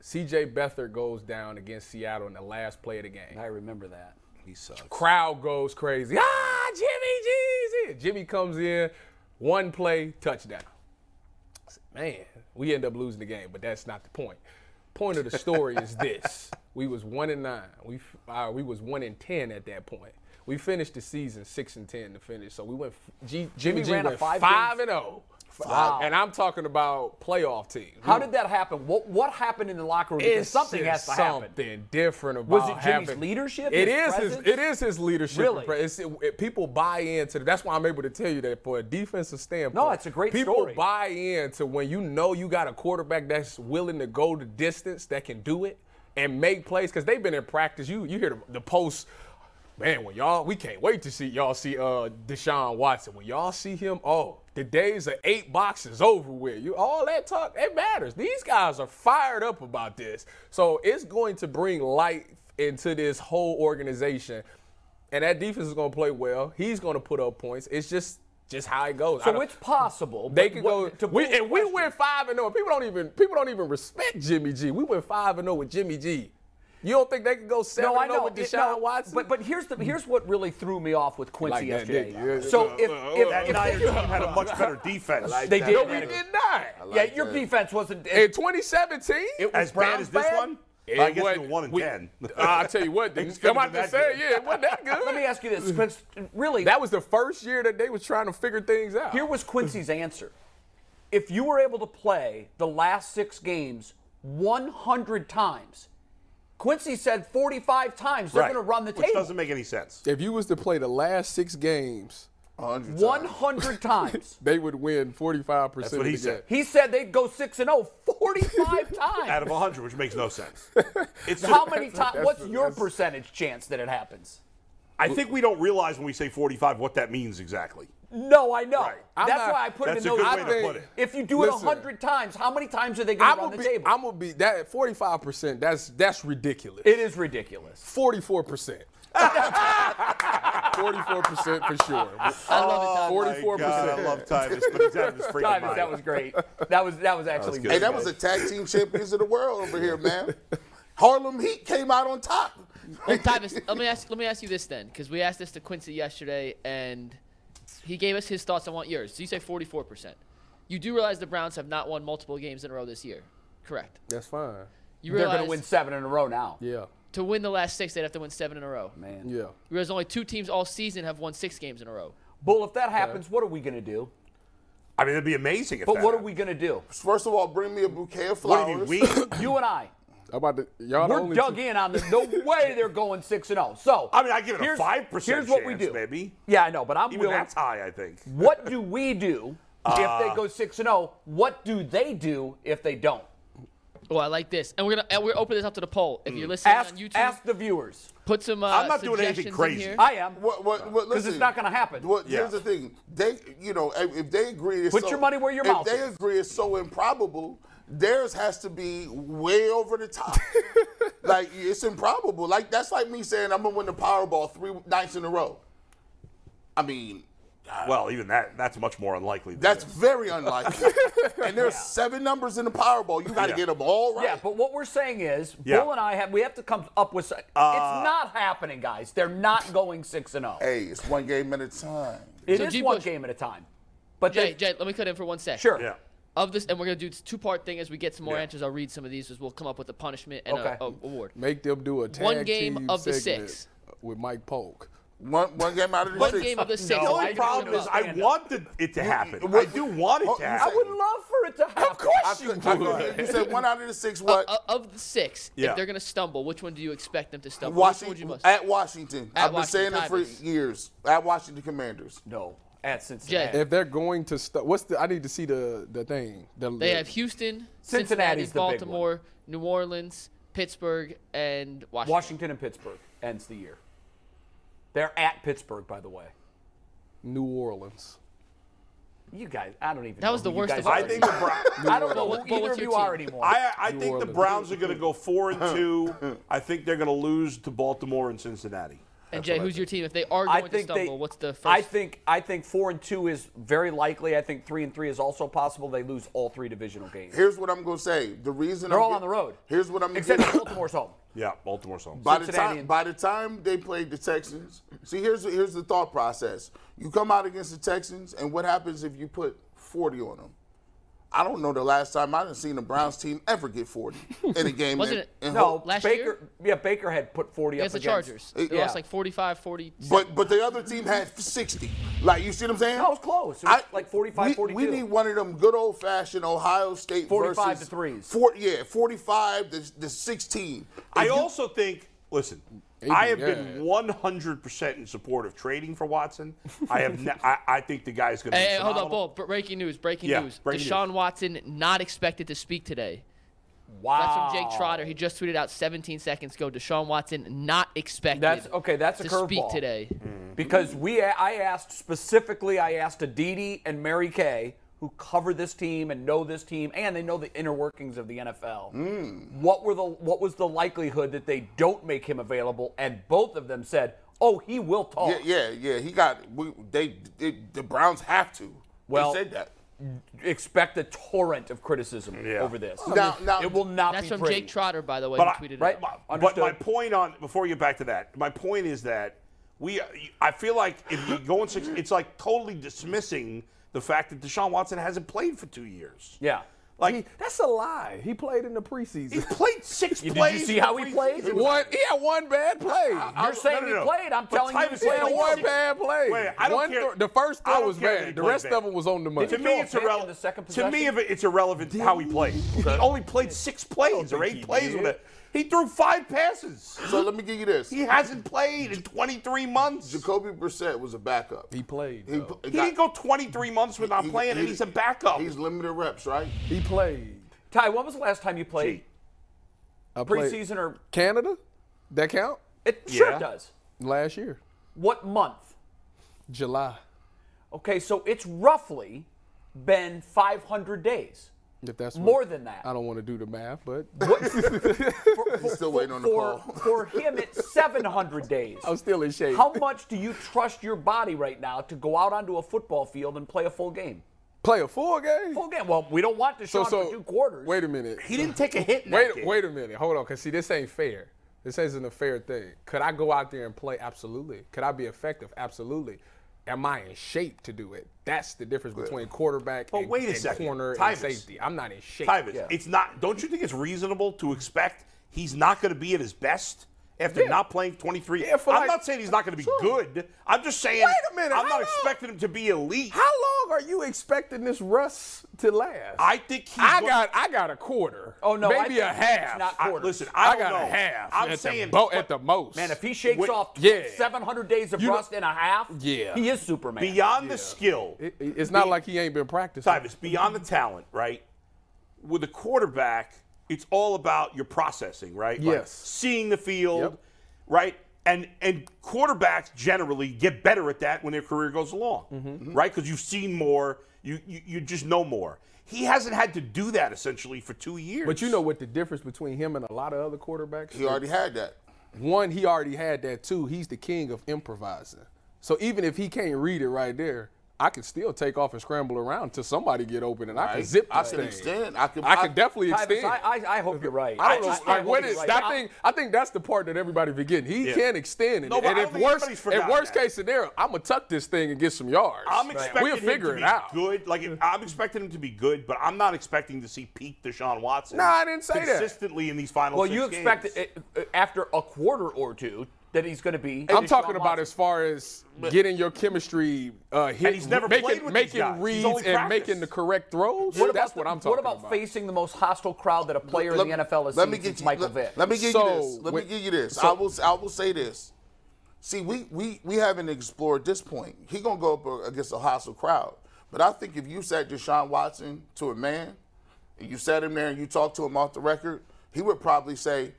Speaker 2: C.J. Beathard goes down against Seattle in the last play of the game.
Speaker 1: I remember that.
Speaker 3: He sucks.
Speaker 2: Crowd goes crazy. Ah, Jimmy G's in. Jimmy comes in, one play, touchdown. I said, Man, we end up losing the game, but that's not the point. Point of the
Speaker 1: (laughs)
Speaker 2: story is this: we was one and nine. We f- uh, we was one and ten at that point. We finished the season six and ten to finish. So we went. f- G, Jimmy G
Speaker 1: ran a
Speaker 2: went
Speaker 1: five
Speaker 2: five,
Speaker 1: game-
Speaker 2: and zero. And I'm talking about playoff teams.
Speaker 1: How did that happen? What what happened in the locker room? Because
Speaker 2: It's
Speaker 1: something
Speaker 2: just
Speaker 1: has to happen.
Speaker 2: Something different about
Speaker 1: Was it Jimmy's
Speaker 2: having-
Speaker 1: leadership, his
Speaker 2: It is his.
Speaker 1: presence?
Speaker 2: It is his leadership. and
Speaker 1: Really?
Speaker 2: pre- it's- it- it- people buy into. That's why I'm able to tell you that for a defensive standpoint.
Speaker 1: No, it's a great
Speaker 2: people
Speaker 1: story.
Speaker 2: buy into when you know you got a quarterback that's willing to go the distance, that can do it and make plays. Because they've been in practice. You you hear the, the post. Man, when y'all, we can't wait to see y'all see uh Deshaun Watson. When y'all see him, oh, the days of eight boxes over with. You all that talk, it matters. These guys are fired up about this. So it's going to bring life into this whole organization. And that defense is gonna play well. He's gonna put up points. It's just just how it goes. I
Speaker 1: So
Speaker 2: don't-
Speaker 1: it's possible.
Speaker 2: they
Speaker 1: but
Speaker 2: could
Speaker 1: what-
Speaker 2: go.
Speaker 1: to
Speaker 2: we,
Speaker 1: Bull's
Speaker 2: and we
Speaker 1: question-
Speaker 2: went five and zero. People don't even people don't even respect Jimmy G. We went five and zero with Jimmy G. You don't think they could go seven
Speaker 1: No, I
Speaker 2: and
Speaker 1: know.
Speaker 2: zero with
Speaker 1: It-
Speaker 2: Deshaun
Speaker 1: no,
Speaker 2: Watson?
Speaker 1: But but here's the here's what really threw me off with Quincy
Speaker 2: like that,
Speaker 1: yesterday.
Speaker 2: didn't you? Yeah,
Speaker 1: so
Speaker 3: Uh,
Speaker 1: if,
Speaker 3: uh,
Speaker 1: if,
Speaker 3: uh,
Speaker 1: if
Speaker 3: Niners
Speaker 1: they-
Speaker 3: team had a much better defense.
Speaker 4: like
Speaker 1: They
Speaker 4: that.
Speaker 1: did.
Speaker 2: no, we did not.
Speaker 1: yeah,
Speaker 4: like
Speaker 1: your
Speaker 4: that.
Speaker 1: defense wasn't
Speaker 2: In 2017,
Speaker 1: It was
Speaker 3: as bad
Speaker 1: Browns
Speaker 3: as this
Speaker 1: bad?
Speaker 3: one. I guess
Speaker 2: wasn't-
Speaker 3: you're one and
Speaker 2: we- uh,
Speaker 3: ten.
Speaker 2: I'll tell you
Speaker 3: (laughs)
Speaker 2: what,
Speaker 3: It's
Speaker 2: come
Speaker 3: gonna
Speaker 2: out
Speaker 3: be
Speaker 2: to
Speaker 3: that
Speaker 2: say,
Speaker 3: good.
Speaker 2: yeah, it wasn't
Speaker 3: (laughs)
Speaker 2: that good.
Speaker 1: Let me ask you this, Quince, really.
Speaker 2: that was the first year that they was trying to figure things out.
Speaker 1: Here was Quincy's answer. If you were able to play the last six games 100 times, Quincy said 45 times they're
Speaker 3: Right.
Speaker 1: going to run the
Speaker 3: Which
Speaker 1: table.
Speaker 3: doesn't make any sense.
Speaker 2: if you was to play the last six games,
Speaker 4: 100 times.
Speaker 1: 100 times.
Speaker 2: they would win 45 percent.
Speaker 3: That's what he said.
Speaker 1: He said they'd go 6 and 0 45
Speaker 3: Out of
Speaker 1: times.
Speaker 3: 100, which makes no sense.
Speaker 1: (laughs)
Speaker 3: It's
Speaker 1: How many times?
Speaker 2: that's-
Speaker 1: What's your
Speaker 2: that's-
Speaker 1: percentage chance that it happens?
Speaker 3: I think we don't realize when we say 45 what that means exactly.
Speaker 1: No, I know.
Speaker 2: I'm
Speaker 1: That's
Speaker 2: not-
Speaker 1: why I put it in
Speaker 3: That's a
Speaker 1: those.
Speaker 3: good way
Speaker 2: I
Speaker 3: to
Speaker 2: think-
Speaker 3: put it.
Speaker 1: if you do it
Speaker 2: Listen.
Speaker 1: 100 times, how many times are they going
Speaker 2: I'm
Speaker 1: to run
Speaker 2: gonna
Speaker 1: the
Speaker 2: be.
Speaker 1: table?
Speaker 2: I'm gonna be that 45 percent. That's that's ridiculous.
Speaker 1: It is ridiculous.
Speaker 2: 44 percent. (laughs) 44 percent for sure.
Speaker 5: I love it, Todd.
Speaker 2: 44
Speaker 3: Oh God, I
Speaker 2: percent.
Speaker 3: love Tyvus, but
Speaker 1: (laughs)
Speaker 3: he's out of his freaking
Speaker 1: God,
Speaker 3: mind.
Speaker 1: that was great. That was that was actually
Speaker 3: good.
Speaker 4: Hey,
Speaker 1: really
Speaker 4: that was the tag team champions of the world over
Speaker 3: (laughs)
Speaker 4: here, man. Harlem Heat came out on top.
Speaker 5: Well, Tyvus, let me ask let me ask you this then, because we asked this to Quincy yesterday, and he gave us his thoughts. I want yours. So you say 44 percent. You do realize the Browns have not won multiple games in a row this year, correct?
Speaker 2: That's fine.
Speaker 5: You
Speaker 1: They're
Speaker 5: realize
Speaker 1: going to win seven in a row now.
Speaker 2: Yeah.
Speaker 5: to win the last six, they'd have to win seven in a row.
Speaker 1: Man.
Speaker 2: Yeah.
Speaker 5: You realize only two teams all season have won six games in a row.
Speaker 1: Bull, if that happens, what are we going to do?
Speaker 3: I mean, it'd be amazing if
Speaker 1: But
Speaker 3: that
Speaker 1: what are
Speaker 3: happened.
Speaker 1: we going to
Speaker 3: (clears throat)
Speaker 1: do?
Speaker 4: First of all, bring me a bouquet of
Speaker 3: What
Speaker 4: flowers.
Speaker 3: do you mean, we?
Speaker 1: You and I,
Speaker 2: I'm about to. Y'all the
Speaker 1: we're
Speaker 2: only
Speaker 1: dug
Speaker 2: two-
Speaker 1: in on the
Speaker 3: (laughs)
Speaker 1: no way they're going 6 and 0. So,
Speaker 3: (coughs) I mean, I give it
Speaker 1: here's-
Speaker 3: a 5%
Speaker 1: Here's
Speaker 3: chance,
Speaker 1: what we do.
Speaker 3: maybe.
Speaker 1: Yeah, I know, but I'm
Speaker 3: Even
Speaker 1: willing.
Speaker 3: that's high, Uh. I think.
Speaker 1: What do we
Speaker 3: (laughs)
Speaker 1: do if they go 6 and 0? What do they do if they don't?
Speaker 5: Oh, I like this, and we're gonna and we're open this up to the poll. If you're listening
Speaker 1: Ask,
Speaker 5: on YouTube,
Speaker 1: ask the viewers.
Speaker 5: put some. Uh,
Speaker 3: I'm not doing anything crazy.
Speaker 5: suggestions in here.
Speaker 1: I am.
Speaker 4: What, what, what,
Speaker 1: 'Cause it's
Speaker 4: listen,
Speaker 1: not gonna happen.
Speaker 4: What,
Speaker 3: Yeah.
Speaker 4: Here's the thing: they, you know, if, if they agree, it's
Speaker 1: Put
Speaker 4: so,
Speaker 1: your money where your
Speaker 4: if
Speaker 1: mouth
Speaker 4: they
Speaker 1: is.
Speaker 4: agree, it's so improbable. Theirs has to be way over
Speaker 1: (laughs)
Speaker 4: the top. like it's improbable. Like that's like me saying I'm gonna win the Powerball three nights in a row. I mean,
Speaker 3: Well, even that, that's much more unlikely. Than
Speaker 4: that's
Speaker 3: this.
Speaker 4: very unlikely.
Speaker 1: (laughs)
Speaker 4: and there's seven numbers in the Powerball. You got to
Speaker 3: Yeah.
Speaker 4: get them all right.
Speaker 1: Yeah, but what we're saying is,
Speaker 3: Yeah. Uh.
Speaker 1: Bull and I have we have to come up with. it's not happening, guys. They're not going six and zero.
Speaker 4: hey, it's one game at a time.
Speaker 1: It is
Speaker 5: So G
Speaker 1: one
Speaker 5: Bush-
Speaker 1: game at a time. But
Speaker 5: Jay,
Speaker 1: they,
Speaker 5: Jay, let me cut in for one sec.
Speaker 1: sure.
Speaker 3: Yeah.
Speaker 5: Of this, and we're gonna do two part thing as we get some more
Speaker 3: Yeah.
Speaker 5: answers. I'll read some of these as we'll come up with a punishment and
Speaker 1: Okay.
Speaker 5: a, a award.
Speaker 2: Make them do a tag
Speaker 5: One game
Speaker 2: team
Speaker 5: of the
Speaker 2: segment
Speaker 5: six.
Speaker 2: with Mike Polk.
Speaker 4: One one game out of the
Speaker 5: One
Speaker 4: six.
Speaker 5: game of the
Speaker 1: No,
Speaker 5: six.
Speaker 3: The
Speaker 1: I
Speaker 3: only
Speaker 1: don't
Speaker 3: problem is I
Speaker 1: understand that.
Speaker 3: want the, it to happen. I
Speaker 4: what-
Speaker 3: do want it
Speaker 4: what
Speaker 3: to
Speaker 4: you
Speaker 1: I
Speaker 3: happen.
Speaker 1: would love for it to happen. Of
Speaker 4: I
Speaker 1: course,
Speaker 4: could, I could, you said one out of the six. What?
Speaker 5: O- Uh, of the six,
Speaker 3: Yeah.
Speaker 5: if they're gonna stumble, which one do you expect them to stumble? Which one would you
Speaker 4: Washington
Speaker 5: most?
Speaker 4: at Washington.
Speaker 5: At
Speaker 4: I've been saying
Speaker 5: Washington
Speaker 4: it for
Speaker 5: Tigers.
Speaker 4: years. At Washington Commanders.
Speaker 1: no at Cincinnati.
Speaker 5: Jay.
Speaker 2: If they're going to stu what's the? I need to see the the thing. The,
Speaker 5: they have Houston, Cincinnati,
Speaker 1: Cincinnati's the big one.
Speaker 5: Baltimore, New Orleans, Pittsburgh, and Washington.
Speaker 1: Washington and Pittsburgh ends the year. They're at Pittsburgh, by the way.
Speaker 2: New Orleans.
Speaker 1: You guys, I don't even.
Speaker 5: That
Speaker 1: know
Speaker 5: was
Speaker 1: who
Speaker 5: the
Speaker 1: you
Speaker 5: worst
Speaker 1: guys
Speaker 5: of
Speaker 1: are
Speaker 5: all.
Speaker 3: I think the
Speaker 1: (laughs)
Speaker 3: Browns.
Speaker 1: anymore. I don't know
Speaker 5: But what-
Speaker 1: who
Speaker 5: but
Speaker 1: either
Speaker 5: what's
Speaker 1: of you
Speaker 5: your
Speaker 1: are
Speaker 5: team?
Speaker 1: anymore.
Speaker 3: I, I
Speaker 2: New
Speaker 3: think the
Speaker 2: Orleans.
Speaker 3: Browns are going to go four and two. I think they're going to lose to Baltimore and Cincinnati.
Speaker 5: And Jay, who's your team? If they are
Speaker 1: I
Speaker 5: going to
Speaker 1: think
Speaker 5: stumble,
Speaker 1: they,
Speaker 5: what's the first?
Speaker 1: I think I think four and two is very likely. I think three and three is also possible. They lose all three divisional games.
Speaker 4: Here's what I'm gonna say. The reason
Speaker 1: They're
Speaker 4: I'm
Speaker 1: all
Speaker 4: get-
Speaker 1: on the road.
Speaker 4: Here's what I'm
Speaker 1: Except
Speaker 4: getting-
Speaker 1: Baltimore's home.
Speaker 3: Yeah, Baltimore's home.
Speaker 4: By the
Speaker 1: Cincinnati
Speaker 4: time
Speaker 1: and-
Speaker 4: by the time they played the Texans, see here's here's the thought process. You come out against the Texans, and what happens if you put 40 on them? I don't know the last time I didn't seen the Browns team ever get 40 in
Speaker 1: (laughs)
Speaker 4: a game.
Speaker 5: Wasn't
Speaker 4: and-
Speaker 5: it-
Speaker 4: and
Speaker 1: No,
Speaker 4: hope.
Speaker 5: Last
Speaker 1: Baker.
Speaker 5: year?
Speaker 1: Yeah, Baker had put forty
Speaker 5: against the
Speaker 1: up against
Speaker 3: Uh,
Speaker 5: Chargers.
Speaker 4: It-
Speaker 5: They
Speaker 1: yeah.
Speaker 5: lost like 45, 40.
Speaker 4: But but the other team had 60. Like you see what I'm saying?
Speaker 1: No, it was close. It was like 45,
Speaker 4: we,
Speaker 1: 42.
Speaker 4: We need one of them good old fashioned Ohio State
Speaker 1: 45
Speaker 4: versus
Speaker 1: to threes.
Speaker 4: Four, yeah, 45 to, to 16.
Speaker 3: I also think, listen, I have
Speaker 2: yeah.
Speaker 3: been 100% in support of trading for Watson. I have, ne- I, I think the guy's going to.
Speaker 5: Hey, hey, hold up, Bull. Bre- Breaking news, breaking
Speaker 3: Yeah,
Speaker 5: news.
Speaker 3: breaking news.
Speaker 5: Deshaun Watson not expected to speak today.
Speaker 1: Wow.
Speaker 5: That's from Jake Trotter. He just tweeted out 17 seconds ago. Deshaun Watson not expected.
Speaker 1: That's- okay, that's a
Speaker 5: to speak
Speaker 1: curveball. Mm.
Speaker 5: today.
Speaker 1: because we I asked specifically I asked Aditi and Mary Kay who cover this team and know this team and they know the inner workings of the NFL.
Speaker 4: Hmm.
Speaker 1: What were the what was the likelihood that they don't make him available and both of them said, "Oh, he will talk."
Speaker 4: Yeah, yeah, yeah. He got we, they, they the Browns have to.
Speaker 1: Well,
Speaker 4: they said that.
Speaker 1: Expect a torrent of criticism over this.
Speaker 4: Now- now-
Speaker 1: it will not
Speaker 5: That's
Speaker 1: be
Speaker 5: from
Speaker 1: pretty.
Speaker 5: Jake Trotter, by the way.
Speaker 3: But,
Speaker 5: who
Speaker 3: I,
Speaker 5: tweeted it
Speaker 1: right?
Speaker 5: out.
Speaker 3: my- but
Speaker 1: Understood.
Speaker 3: my point on, before you get back to that, my point is that we, I feel like if you go in six, it's like totally dismissing the fact that Deshaun Watson hasn't played for two years.
Speaker 1: Yeah.
Speaker 3: Like,
Speaker 2: He- that's a lie. He played in the preseason.
Speaker 3: He played six
Speaker 1: You- did you
Speaker 3: plays.
Speaker 1: see
Speaker 3: in the
Speaker 1: how he
Speaker 3: preseason.
Speaker 1: played?
Speaker 3: It was-
Speaker 2: One, he (laughs) had one bad play.
Speaker 1: You're saying
Speaker 3: no,
Speaker 1: he
Speaker 3: no, no.
Speaker 1: played. I'm
Speaker 3: But
Speaker 1: telling you, he
Speaker 3: Tyvus
Speaker 2: he
Speaker 1: played
Speaker 2: had
Speaker 3: Hill-
Speaker 1: like
Speaker 2: one
Speaker 1: six.
Speaker 2: bad play.
Speaker 3: Wait, I don't
Speaker 2: One
Speaker 3: care-
Speaker 2: thro- the first
Speaker 3: I
Speaker 2: throw
Speaker 3: don't
Speaker 2: was
Speaker 3: care that
Speaker 2: bad.
Speaker 3: he
Speaker 2: The
Speaker 3: played
Speaker 2: rest
Speaker 3: bad.
Speaker 2: of them was on the money.
Speaker 3: To
Speaker 1: Did
Speaker 3: me,
Speaker 1: you
Speaker 3: it's
Speaker 1: pick in
Speaker 3: irrelevant.
Speaker 1: the second
Speaker 3: to me,
Speaker 1: possession?
Speaker 3: if it- it's irrelevant how he played. He only played six plays or
Speaker 1: think
Speaker 3: eight
Speaker 1: he
Speaker 3: plays
Speaker 1: did.
Speaker 3: with it. He threw five passes.
Speaker 4: So let me give you this.
Speaker 3: He hasn't played in 23 months.
Speaker 4: Jacoby Brissett was a backup.
Speaker 2: He played.
Speaker 4: He,
Speaker 2: though.
Speaker 3: He didn't go 23 months without
Speaker 4: he-
Speaker 3: playing, and
Speaker 4: he-
Speaker 3: he's a backup.
Speaker 4: He's limited reps, right?
Speaker 2: He played.
Speaker 1: Ty, when was the last time you played?
Speaker 2: I played-
Speaker 1: Preseason or
Speaker 2: Canada? That count?
Speaker 1: it sure
Speaker 3: Yeah.
Speaker 1: does.
Speaker 2: Last year,
Speaker 1: What month?
Speaker 2: July,
Speaker 1: Okay, so it's roughly been 500 days.
Speaker 2: if that's what-
Speaker 1: More than that.
Speaker 2: I don't want to do the math, but
Speaker 4: He's still waiting on
Speaker 2: (laughs)
Speaker 4: the
Speaker 1: For,
Speaker 4: call.
Speaker 1: for him, it's 700 days.
Speaker 2: I'm still in shape.
Speaker 1: How much do you trust your body right now to go out onto a football field and play a full game?
Speaker 2: Play a full game.
Speaker 1: Full game. Well, we don't want Deshaun for two quarters.
Speaker 2: Wait a minute.
Speaker 3: He didn't take a hit. In that
Speaker 2: Wait,
Speaker 3: game.
Speaker 2: wait a minute. Hold on, cause see, this ain't fair. This isn't a fair thing. Could I go out there and play? Absolutely. Could I be effective? Absolutely. Am I in shape to do it? That's the difference between quarterback
Speaker 3: But
Speaker 2: and,
Speaker 3: wait a
Speaker 2: and
Speaker 3: second.
Speaker 2: corner
Speaker 3: Tyvus.
Speaker 2: and safety. I'm not in shape.
Speaker 3: Tyvus,
Speaker 1: Yeah.
Speaker 3: it's not. Don't you think it's reasonable to expect he's not going to be at his best after not playing 23?
Speaker 2: Yeah, for
Speaker 3: I'm
Speaker 2: like-
Speaker 3: not saying he's not going to be good. I'm just saying.
Speaker 2: Wait a minute,
Speaker 3: I'm
Speaker 2: how
Speaker 3: not
Speaker 2: long-
Speaker 3: expecting him to be elite.
Speaker 2: How long are you expecting this rust to last?
Speaker 3: I think he's
Speaker 2: I
Speaker 3: go-
Speaker 2: got I got a quarter.
Speaker 1: Oh, no, I
Speaker 2: maybe
Speaker 1: think
Speaker 2: a
Speaker 1: it's
Speaker 2: half.
Speaker 1: not
Speaker 3: I,
Speaker 1: quarters.
Speaker 3: listen, I,
Speaker 2: I,
Speaker 3: don't
Speaker 2: got a
Speaker 3: know.
Speaker 2: halbo
Speaker 3: I'm saying,
Speaker 2: at the most.
Speaker 1: Man, if he shakes
Speaker 3: Wait,
Speaker 1: off
Speaker 2: yeah.
Speaker 1: 700 days of
Speaker 2: You know-
Speaker 1: rust and a half,
Speaker 2: Yeah.
Speaker 1: he is Superman.
Speaker 3: beyond the skill,
Speaker 2: It- it's not like he ain't been practicing.
Speaker 3: Tyvus, beyond the talent, right? With a quarterback, it's all about your processing, right? Like,
Speaker 2: Yes.
Speaker 3: seeing the field,
Speaker 2: Yep.
Speaker 3: right? And and quarterbacks generally get better at that when their career goes along,
Speaker 2: Mm-hmm.
Speaker 3: right? Because you've seen more, you, you you just know more. He hasn't had to do that essentially for two years.
Speaker 2: But you know what the difference between him and a lot of other quarterbacks?
Speaker 4: He already had that.
Speaker 2: One, he already had that too. He's the king of improvising. So even if he can't read it right there, I can still take off and scramble around till somebody get open and I can
Speaker 4: Right?
Speaker 2: zip
Speaker 4: I
Speaker 2: this
Speaker 4: can
Speaker 2: thing.
Speaker 4: extend. I can-
Speaker 2: I
Speaker 4: I-
Speaker 2: can definitely
Speaker 1: Tyvus,
Speaker 2: extend.
Speaker 1: I, I, I hope you're right.
Speaker 2: I don't know.
Speaker 1: just-
Speaker 2: like,
Speaker 1: hope
Speaker 2: what
Speaker 1: you're
Speaker 2: is
Speaker 1: right.
Speaker 2: that
Speaker 1: I-
Speaker 2: thing? I think that's the part that everybody forgetting. He
Speaker 3: Yeah.
Speaker 2: can extend it.
Speaker 3: No, but
Speaker 2: and
Speaker 3: I
Speaker 2: if
Speaker 3: don't think
Speaker 2: worst,
Speaker 3: anybody's
Speaker 2: if
Speaker 3: forgotten
Speaker 2: worst
Speaker 3: that.
Speaker 2: case scenario, I'm gonna tuck this thing and get some yards.
Speaker 3: I'm expecting
Speaker 2: we'll
Speaker 3: him
Speaker 2: figure
Speaker 3: to
Speaker 2: it
Speaker 3: be
Speaker 2: out.
Speaker 3: good. Like if- I'm expecting him to be good, but I'm not expecting to see peak Deshaun Watson.
Speaker 2: Nah, I didn't say that.
Speaker 3: consistently in these final.
Speaker 1: Well,
Speaker 3: six
Speaker 1: you expect
Speaker 3: games.
Speaker 1: it, uh, after a quarter or two that he's going to be.
Speaker 2: I'm talking
Speaker 1: Deshaun
Speaker 2: about
Speaker 1: Watson.
Speaker 2: as far as getting your chemistry uh, hit,
Speaker 3: he's never
Speaker 2: making,
Speaker 3: played with these
Speaker 2: making
Speaker 3: guys. He's
Speaker 2: reads
Speaker 3: only
Speaker 2: and
Speaker 3: practiced.
Speaker 2: making the correct throws. That's what I'm talking
Speaker 1: What about, facing the most hostile crowd that a player in the NFL has
Speaker 4: let
Speaker 1: seen
Speaker 4: me get
Speaker 1: since
Speaker 4: you-
Speaker 1: Michael
Speaker 4: let-
Speaker 1: Vick?
Speaker 4: Let me give
Speaker 2: So,
Speaker 4: you this. Let
Speaker 2: when-
Speaker 4: me give you this.
Speaker 2: so-
Speaker 4: I will. I will say this. See, we we we haven't explored this point. He gonna go up against a hostile crowd, but I think if you sat Deshaun Watson to a man, and you sat him there and you talked to him off the record, he would probably say,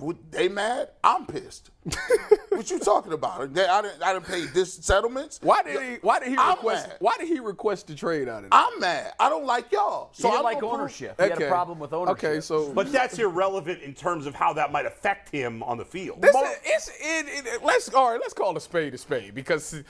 Speaker 4: Would- They mad? I'm pissed. (laughs) what you talking about? They, I didn't. I didn't pay this settlements.
Speaker 2: Why did he? Why did he
Speaker 4: I'm
Speaker 2: request?
Speaker 4: mad.
Speaker 2: Why did he request the trade out of that?
Speaker 4: I'm mad. I don't like y'all. So
Speaker 1: he
Speaker 4: I'm
Speaker 1: didn't like
Speaker 4: gonna prove-
Speaker 1: ownership. He had a problem with ownership.
Speaker 2: Okay, so
Speaker 3: But that's irrelevant in terms of how that might affect him on the field.
Speaker 2: This is- it's, it, it, let's all right. Let's call a spade a spade because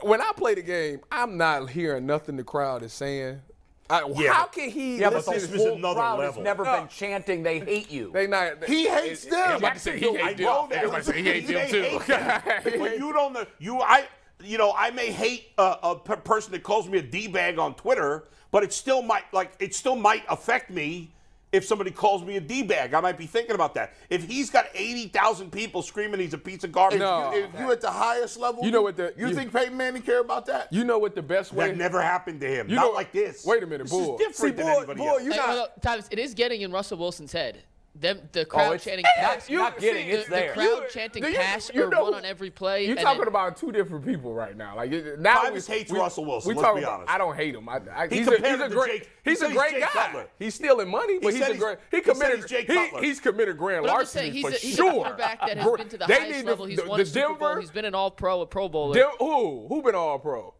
Speaker 2: when I play the game, I'm not hearing nothing the crowd is saying. I,
Speaker 3: Yeah,
Speaker 2: how
Speaker 3: but-
Speaker 2: can he?
Speaker 1: Yeah, but
Speaker 2: listen
Speaker 1: the
Speaker 3: this
Speaker 2: to-
Speaker 3: is
Speaker 1: whole
Speaker 3: another
Speaker 1: crowd
Speaker 3: level.
Speaker 1: has never
Speaker 2: No.
Speaker 1: been chanting they hate you.
Speaker 2: Oh. They not.
Speaker 4: He hates
Speaker 6: I'm
Speaker 4: them.
Speaker 6: about to say he
Speaker 3: I
Speaker 6: hates them.
Speaker 3: know that.
Speaker 6: Everybody say he
Speaker 3: (laughs)
Speaker 6: hates them
Speaker 3: They hate
Speaker 2: (laughs)
Speaker 6: too.
Speaker 3: But you don't know. You I you know I may hate a, a p- person that calls me a d bag on Twitter, but it still might like it still might affect me if somebody calls me a d bag. I might be thinking about that. If he's got eighty thousand people screaming he's a piece of garbage,
Speaker 2: No.
Speaker 4: If you at the highest level,
Speaker 2: Oh, You know what the-
Speaker 4: you,
Speaker 2: you-
Speaker 4: think Peyton Manning care about that?
Speaker 2: You know what the best way?
Speaker 3: that never happened to him.
Speaker 2: You
Speaker 3: Not
Speaker 2: know-
Speaker 3: like this.
Speaker 2: Wait a minute,
Speaker 3: this
Speaker 2: Bull.
Speaker 3: is different
Speaker 2: See,
Speaker 3: than
Speaker 2: Bull-
Speaker 3: anybody
Speaker 2: Bull,
Speaker 3: else.
Speaker 2: you- You're
Speaker 5: Hey,
Speaker 2: not-
Speaker 5: no, no, Thomas, it is getting in Russell Wilson's head. Them, the
Speaker 1: Oh,
Speaker 5: crowd
Speaker 1: it's-
Speaker 5: chanting.
Speaker 1: (laughs) not,
Speaker 2: You-
Speaker 1: not getting
Speaker 2: see,
Speaker 1: it's
Speaker 5: the- the
Speaker 1: there.
Speaker 5: crowd- chanting pass or run on every play,
Speaker 2: You're
Speaker 5: and
Speaker 2: talking
Speaker 5: then-
Speaker 2: about two different people right now. Like it- now,
Speaker 3: Travis hates Russell Wilson,
Speaker 2: we
Speaker 3: let's
Speaker 2: talking
Speaker 3: be
Speaker 2: about-
Speaker 3: honest.
Speaker 2: I don't hate him. I, I,
Speaker 3: He
Speaker 2: he's, a,
Speaker 3: compared
Speaker 2: he's a
Speaker 3: him to
Speaker 2: great.
Speaker 3: Jake- he
Speaker 2: he's
Speaker 3: said
Speaker 2: a
Speaker 3: he's
Speaker 2: great
Speaker 3: Jake
Speaker 2: guy.
Speaker 3: Cutler.
Speaker 2: He's stealing money, but
Speaker 3: said
Speaker 2: he's a
Speaker 3: he's-
Speaker 2: great. He
Speaker 3: he said
Speaker 2: committed.
Speaker 3: he's Jake
Speaker 2: he-
Speaker 3: Cutler.
Speaker 2: he's committed grand
Speaker 5: But I'm just
Speaker 2: larceny
Speaker 5: saying, he's,
Speaker 2: for
Speaker 5: a, he's
Speaker 2: sure.
Speaker 5: a quarterback that has
Speaker 2: Bro,
Speaker 5: been to the
Speaker 2: they
Speaker 5: highest
Speaker 2: need
Speaker 5: level. He's won a Super Bowl. He's been an All Pro, a Pro Bowler.
Speaker 2: Dem- who? Who been all pro?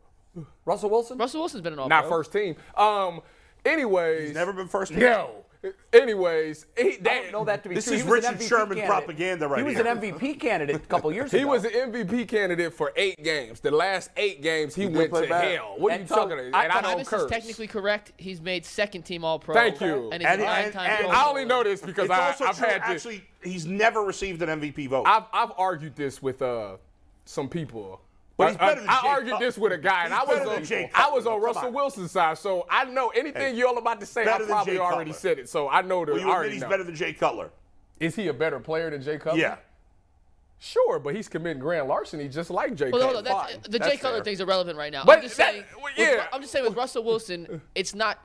Speaker 1: Russell Wilson?
Speaker 5: Russell Wilson's been an All
Speaker 2: Not
Speaker 5: Pro.
Speaker 2: first team. Um. Anyways,
Speaker 3: Never been first.
Speaker 2: No. Anyways, he,
Speaker 1: I don't know that to be
Speaker 3: This
Speaker 1: true.
Speaker 3: is
Speaker 1: He was an
Speaker 3: Richard
Speaker 1: MVP
Speaker 3: Sherman
Speaker 1: candidate.
Speaker 3: propaganda right
Speaker 1: He was
Speaker 3: here.
Speaker 1: an MVP candidate a couple years ago.
Speaker 2: (laughs) He was an MVP candidate for eight games. The last eight games, he, went
Speaker 4: play
Speaker 2: to
Speaker 4: bad.
Speaker 2: hell. What are
Speaker 1: And
Speaker 2: you
Speaker 1: so,
Speaker 2: talking about? And
Speaker 1: I-
Speaker 2: I, don't
Speaker 5: Thomas
Speaker 2: curse.
Speaker 5: is technically correct. He's made second team All Pro.
Speaker 2: Thank you.
Speaker 5: And he's
Speaker 3: And-
Speaker 5: a
Speaker 3: and-
Speaker 5: nine-time
Speaker 3: and
Speaker 5: Pro
Speaker 2: I only
Speaker 5: Bowler.
Speaker 2: know this because
Speaker 3: It's
Speaker 2: I,
Speaker 3: also
Speaker 2: I've
Speaker 3: true,
Speaker 2: had this.
Speaker 3: actually, he's never received an MVP vote.
Speaker 2: I've, I've argued this with uh, some people.
Speaker 3: But he's
Speaker 2: I- I-
Speaker 3: better than
Speaker 2: I,
Speaker 3: Jay
Speaker 2: argued
Speaker 3: Cutler.
Speaker 2: this with a guy, and
Speaker 3: He's
Speaker 2: I was
Speaker 3: better than
Speaker 2: on,
Speaker 3: Jay
Speaker 2: I was
Speaker 3: Cutler.
Speaker 2: on
Speaker 3: Come
Speaker 2: Russell
Speaker 3: on.
Speaker 2: Wilson's side, so I know anything you're all about to say. I
Speaker 3: better than
Speaker 2: probably
Speaker 3: Jay
Speaker 2: already
Speaker 3: Cutler.
Speaker 2: said it, so I know the.
Speaker 3: Will you
Speaker 2: I
Speaker 3: admit
Speaker 2: already
Speaker 3: he's
Speaker 2: know.
Speaker 3: better than Jay Cutler?
Speaker 2: Is he a better player than Jay Cutler?
Speaker 3: Yeah.
Speaker 2: Sure, but he's committing grand larceny just like Jay
Speaker 5: Well, hold
Speaker 2: Cutler.
Speaker 5: on. That's,
Speaker 2: Fine.
Speaker 5: the Jay
Speaker 2: That's
Speaker 5: Cutler
Speaker 2: fair.
Speaker 5: thing's irrelevant right now.
Speaker 2: But
Speaker 5: I'm just
Speaker 2: that-
Speaker 5: saying.
Speaker 2: well,
Speaker 5: with-
Speaker 2: yeah.
Speaker 5: I'm just saying with Russell Wilson, it's not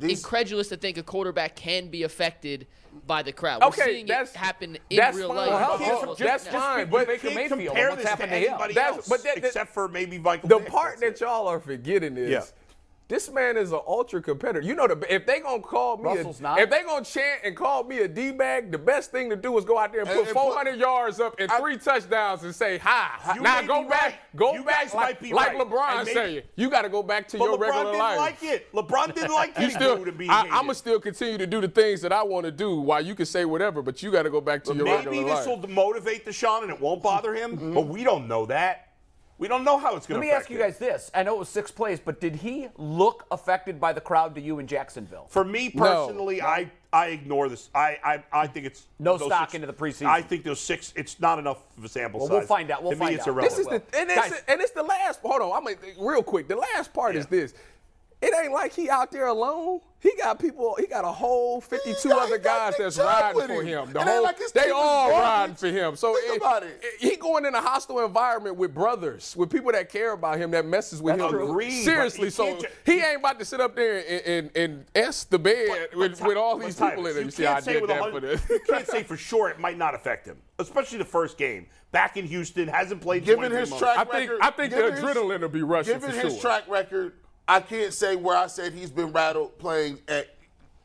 Speaker 5: incredulous to think a quarterback can be affected by the crowd. We're
Speaker 2: Okay,
Speaker 5: seeing
Speaker 2: that's-
Speaker 5: it happen in
Speaker 2: that's
Speaker 5: real
Speaker 2: fine.
Speaker 5: life.
Speaker 2: Well,
Speaker 5: with
Speaker 2: hell,
Speaker 5: Russell
Speaker 2: hell,
Speaker 5: Wilson.
Speaker 2: that's
Speaker 5: Now-
Speaker 2: fine.
Speaker 1: Just
Speaker 2: but
Speaker 1: pick
Speaker 3: Can't
Speaker 1: Mayfield and
Speaker 3: compare
Speaker 1: what's
Speaker 3: this
Speaker 1: happened
Speaker 3: to
Speaker 1: to him.
Speaker 3: anybody
Speaker 2: That's-
Speaker 3: else,
Speaker 2: but that- that-
Speaker 3: except for maybe Michael.
Speaker 2: The
Speaker 3: Vick.
Speaker 2: part that y'all are forgetting is
Speaker 3: Yeah.
Speaker 2: this man is an ultra competitor. You know, the, if they gonna call me,
Speaker 1: Russell's
Speaker 2: a,
Speaker 1: not.
Speaker 2: if they gonna chant and call me a d bag, the best thing to do is go out there and,
Speaker 4: And-
Speaker 2: put
Speaker 4: and put-
Speaker 2: 400 yards up and three touchdowns and say hi.
Speaker 3: You
Speaker 2: now
Speaker 3: may
Speaker 2: go
Speaker 3: be
Speaker 2: back,
Speaker 3: right.
Speaker 2: go
Speaker 3: You
Speaker 2: back
Speaker 3: guys
Speaker 2: like,
Speaker 3: might be
Speaker 2: like
Speaker 3: right.
Speaker 2: LeBron
Speaker 3: And maybe-
Speaker 2: saying. You got to go back to
Speaker 3: But
Speaker 2: your
Speaker 3: LeBron
Speaker 2: regular
Speaker 3: didn't
Speaker 2: life.
Speaker 3: like it.
Speaker 1: (laughs)
Speaker 3: LeBron didn't like
Speaker 2: You
Speaker 3: you
Speaker 2: still,
Speaker 3: to be.
Speaker 2: I,
Speaker 3: hated.
Speaker 2: I'm gonna still continue to do the things that I want to do. While you can say whatever, but you got to go back to your
Speaker 3: Maybe
Speaker 2: regular life.
Speaker 3: this will motivate Deshaun and
Speaker 1: (laughs)
Speaker 3: it won't bother him, but we don't know that. We don't know how it's going
Speaker 1: Mm-hmm. Let
Speaker 3: to
Speaker 1: me ask you guys this. I know it was six plays, but did he look affected by the crowd to you in Jacksonville?
Speaker 3: For me
Speaker 2: No.
Speaker 3: personally, I, I ignore this. I, I, I think it's
Speaker 1: No
Speaker 3: those
Speaker 1: stock
Speaker 3: six-
Speaker 1: into the preseason.
Speaker 3: I think those six. It's not enough of a sample
Speaker 1: Well,
Speaker 3: size.
Speaker 1: we'll find out. We'll
Speaker 3: to
Speaker 1: find
Speaker 3: me, it's
Speaker 1: out.
Speaker 3: irrelevant.
Speaker 2: This is the and it's,
Speaker 1: Guys.
Speaker 2: and it's the last. Hold on, I'm gonna real quick. The last part is
Speaker 3: Yeah.
Speaker 2: this. It ain't like he out there alone. He got people. He got a whole 52
Speaker 4: He got-
Speaker 2: other
Speaker 4: he got
Speaker 2: guys
Speaker 4: Nick
Speaker 2: that's
Speaker 4: Chubb
Speaker 2: riding
Speaker 4: with
Speaker 2: for
Speaker 4: him.
Speaker 2: him. The
Speaker 4: It ain't
Speaker 2: whole,
Speaker 4: like his
Speaker 2: they
Speaker 4: team is
Speaker 2: all
Speaker 4: garbage.
Speaker 2: riding for him. So
Speaker 4: Think about it.
Speaker 2: He going in a hostile environment with brothers, with people that care about him, that messes with
Speaker 1: That's
Speaker 2: him.
Speaker 1: true.
Speaker 3: Agreed, but
Speaker 2: Seriously,
Speaker 3: he
Speaker 2: so
Speaker 3: can't ju-
Speaker 2: he ain't about to sit up there and and, and s the bed with,
Speaker 3: Ty-
Speaker 2: with all
Speaker 3: but
Speaker 2: these
Speaker 3: Tyvus,
Speaker 2: people in it. You see,
Speaker 3: can't
Speaker 2: I
Speaker 3: say
Speaker 2: did
Speaker 3: with a
Speaker 2: that for
Speaker 3: hun-
Speaker 2: this.
Speaker 3: (laughs) You can't say for sure it might not affect him, especially the first game. Back in Houston, hasn't played.
Speaker 4: Given
Speaker 3: 23
Speaker 4: his
Speaker 3: months.
Speaker 4: track
Speaker 2: I think
Speaker 4: record,
Speaker 2: I think the
Speaker 4: given his-
Speaker 2: adrenaline will be rushing
Speaker 4: Given
Speaker 2: for
Speaker 4: his
Speaker 2: sure.
Speaker 4: track record, I can't say where I said he's been rattled playing at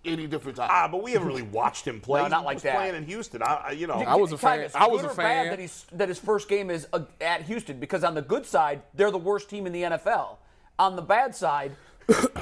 Speaker 4: any different time.
Speaker 3: ah, but we haven't really watched him play.
Speaker 1: No, not
Speaker 3: He
Speaker 1: like
Speaker 3: was
Speaker 1: that.
Speaker 3: Playing in Houston, I, I- you know,
Speaker 2: I was a fan.
Speaker 1: Tyvus,
Speaker 2: I was
Speaker 1: good
Speaker 2: a
Speaker 1: or
Speaker 2: fan.
Speaker 1: Bad that, he's, that his first game is uh, at Houston because on the good side they're the worst team in the NFL. On the bad
Speaker 2: (coughs)
Speaker 1: side,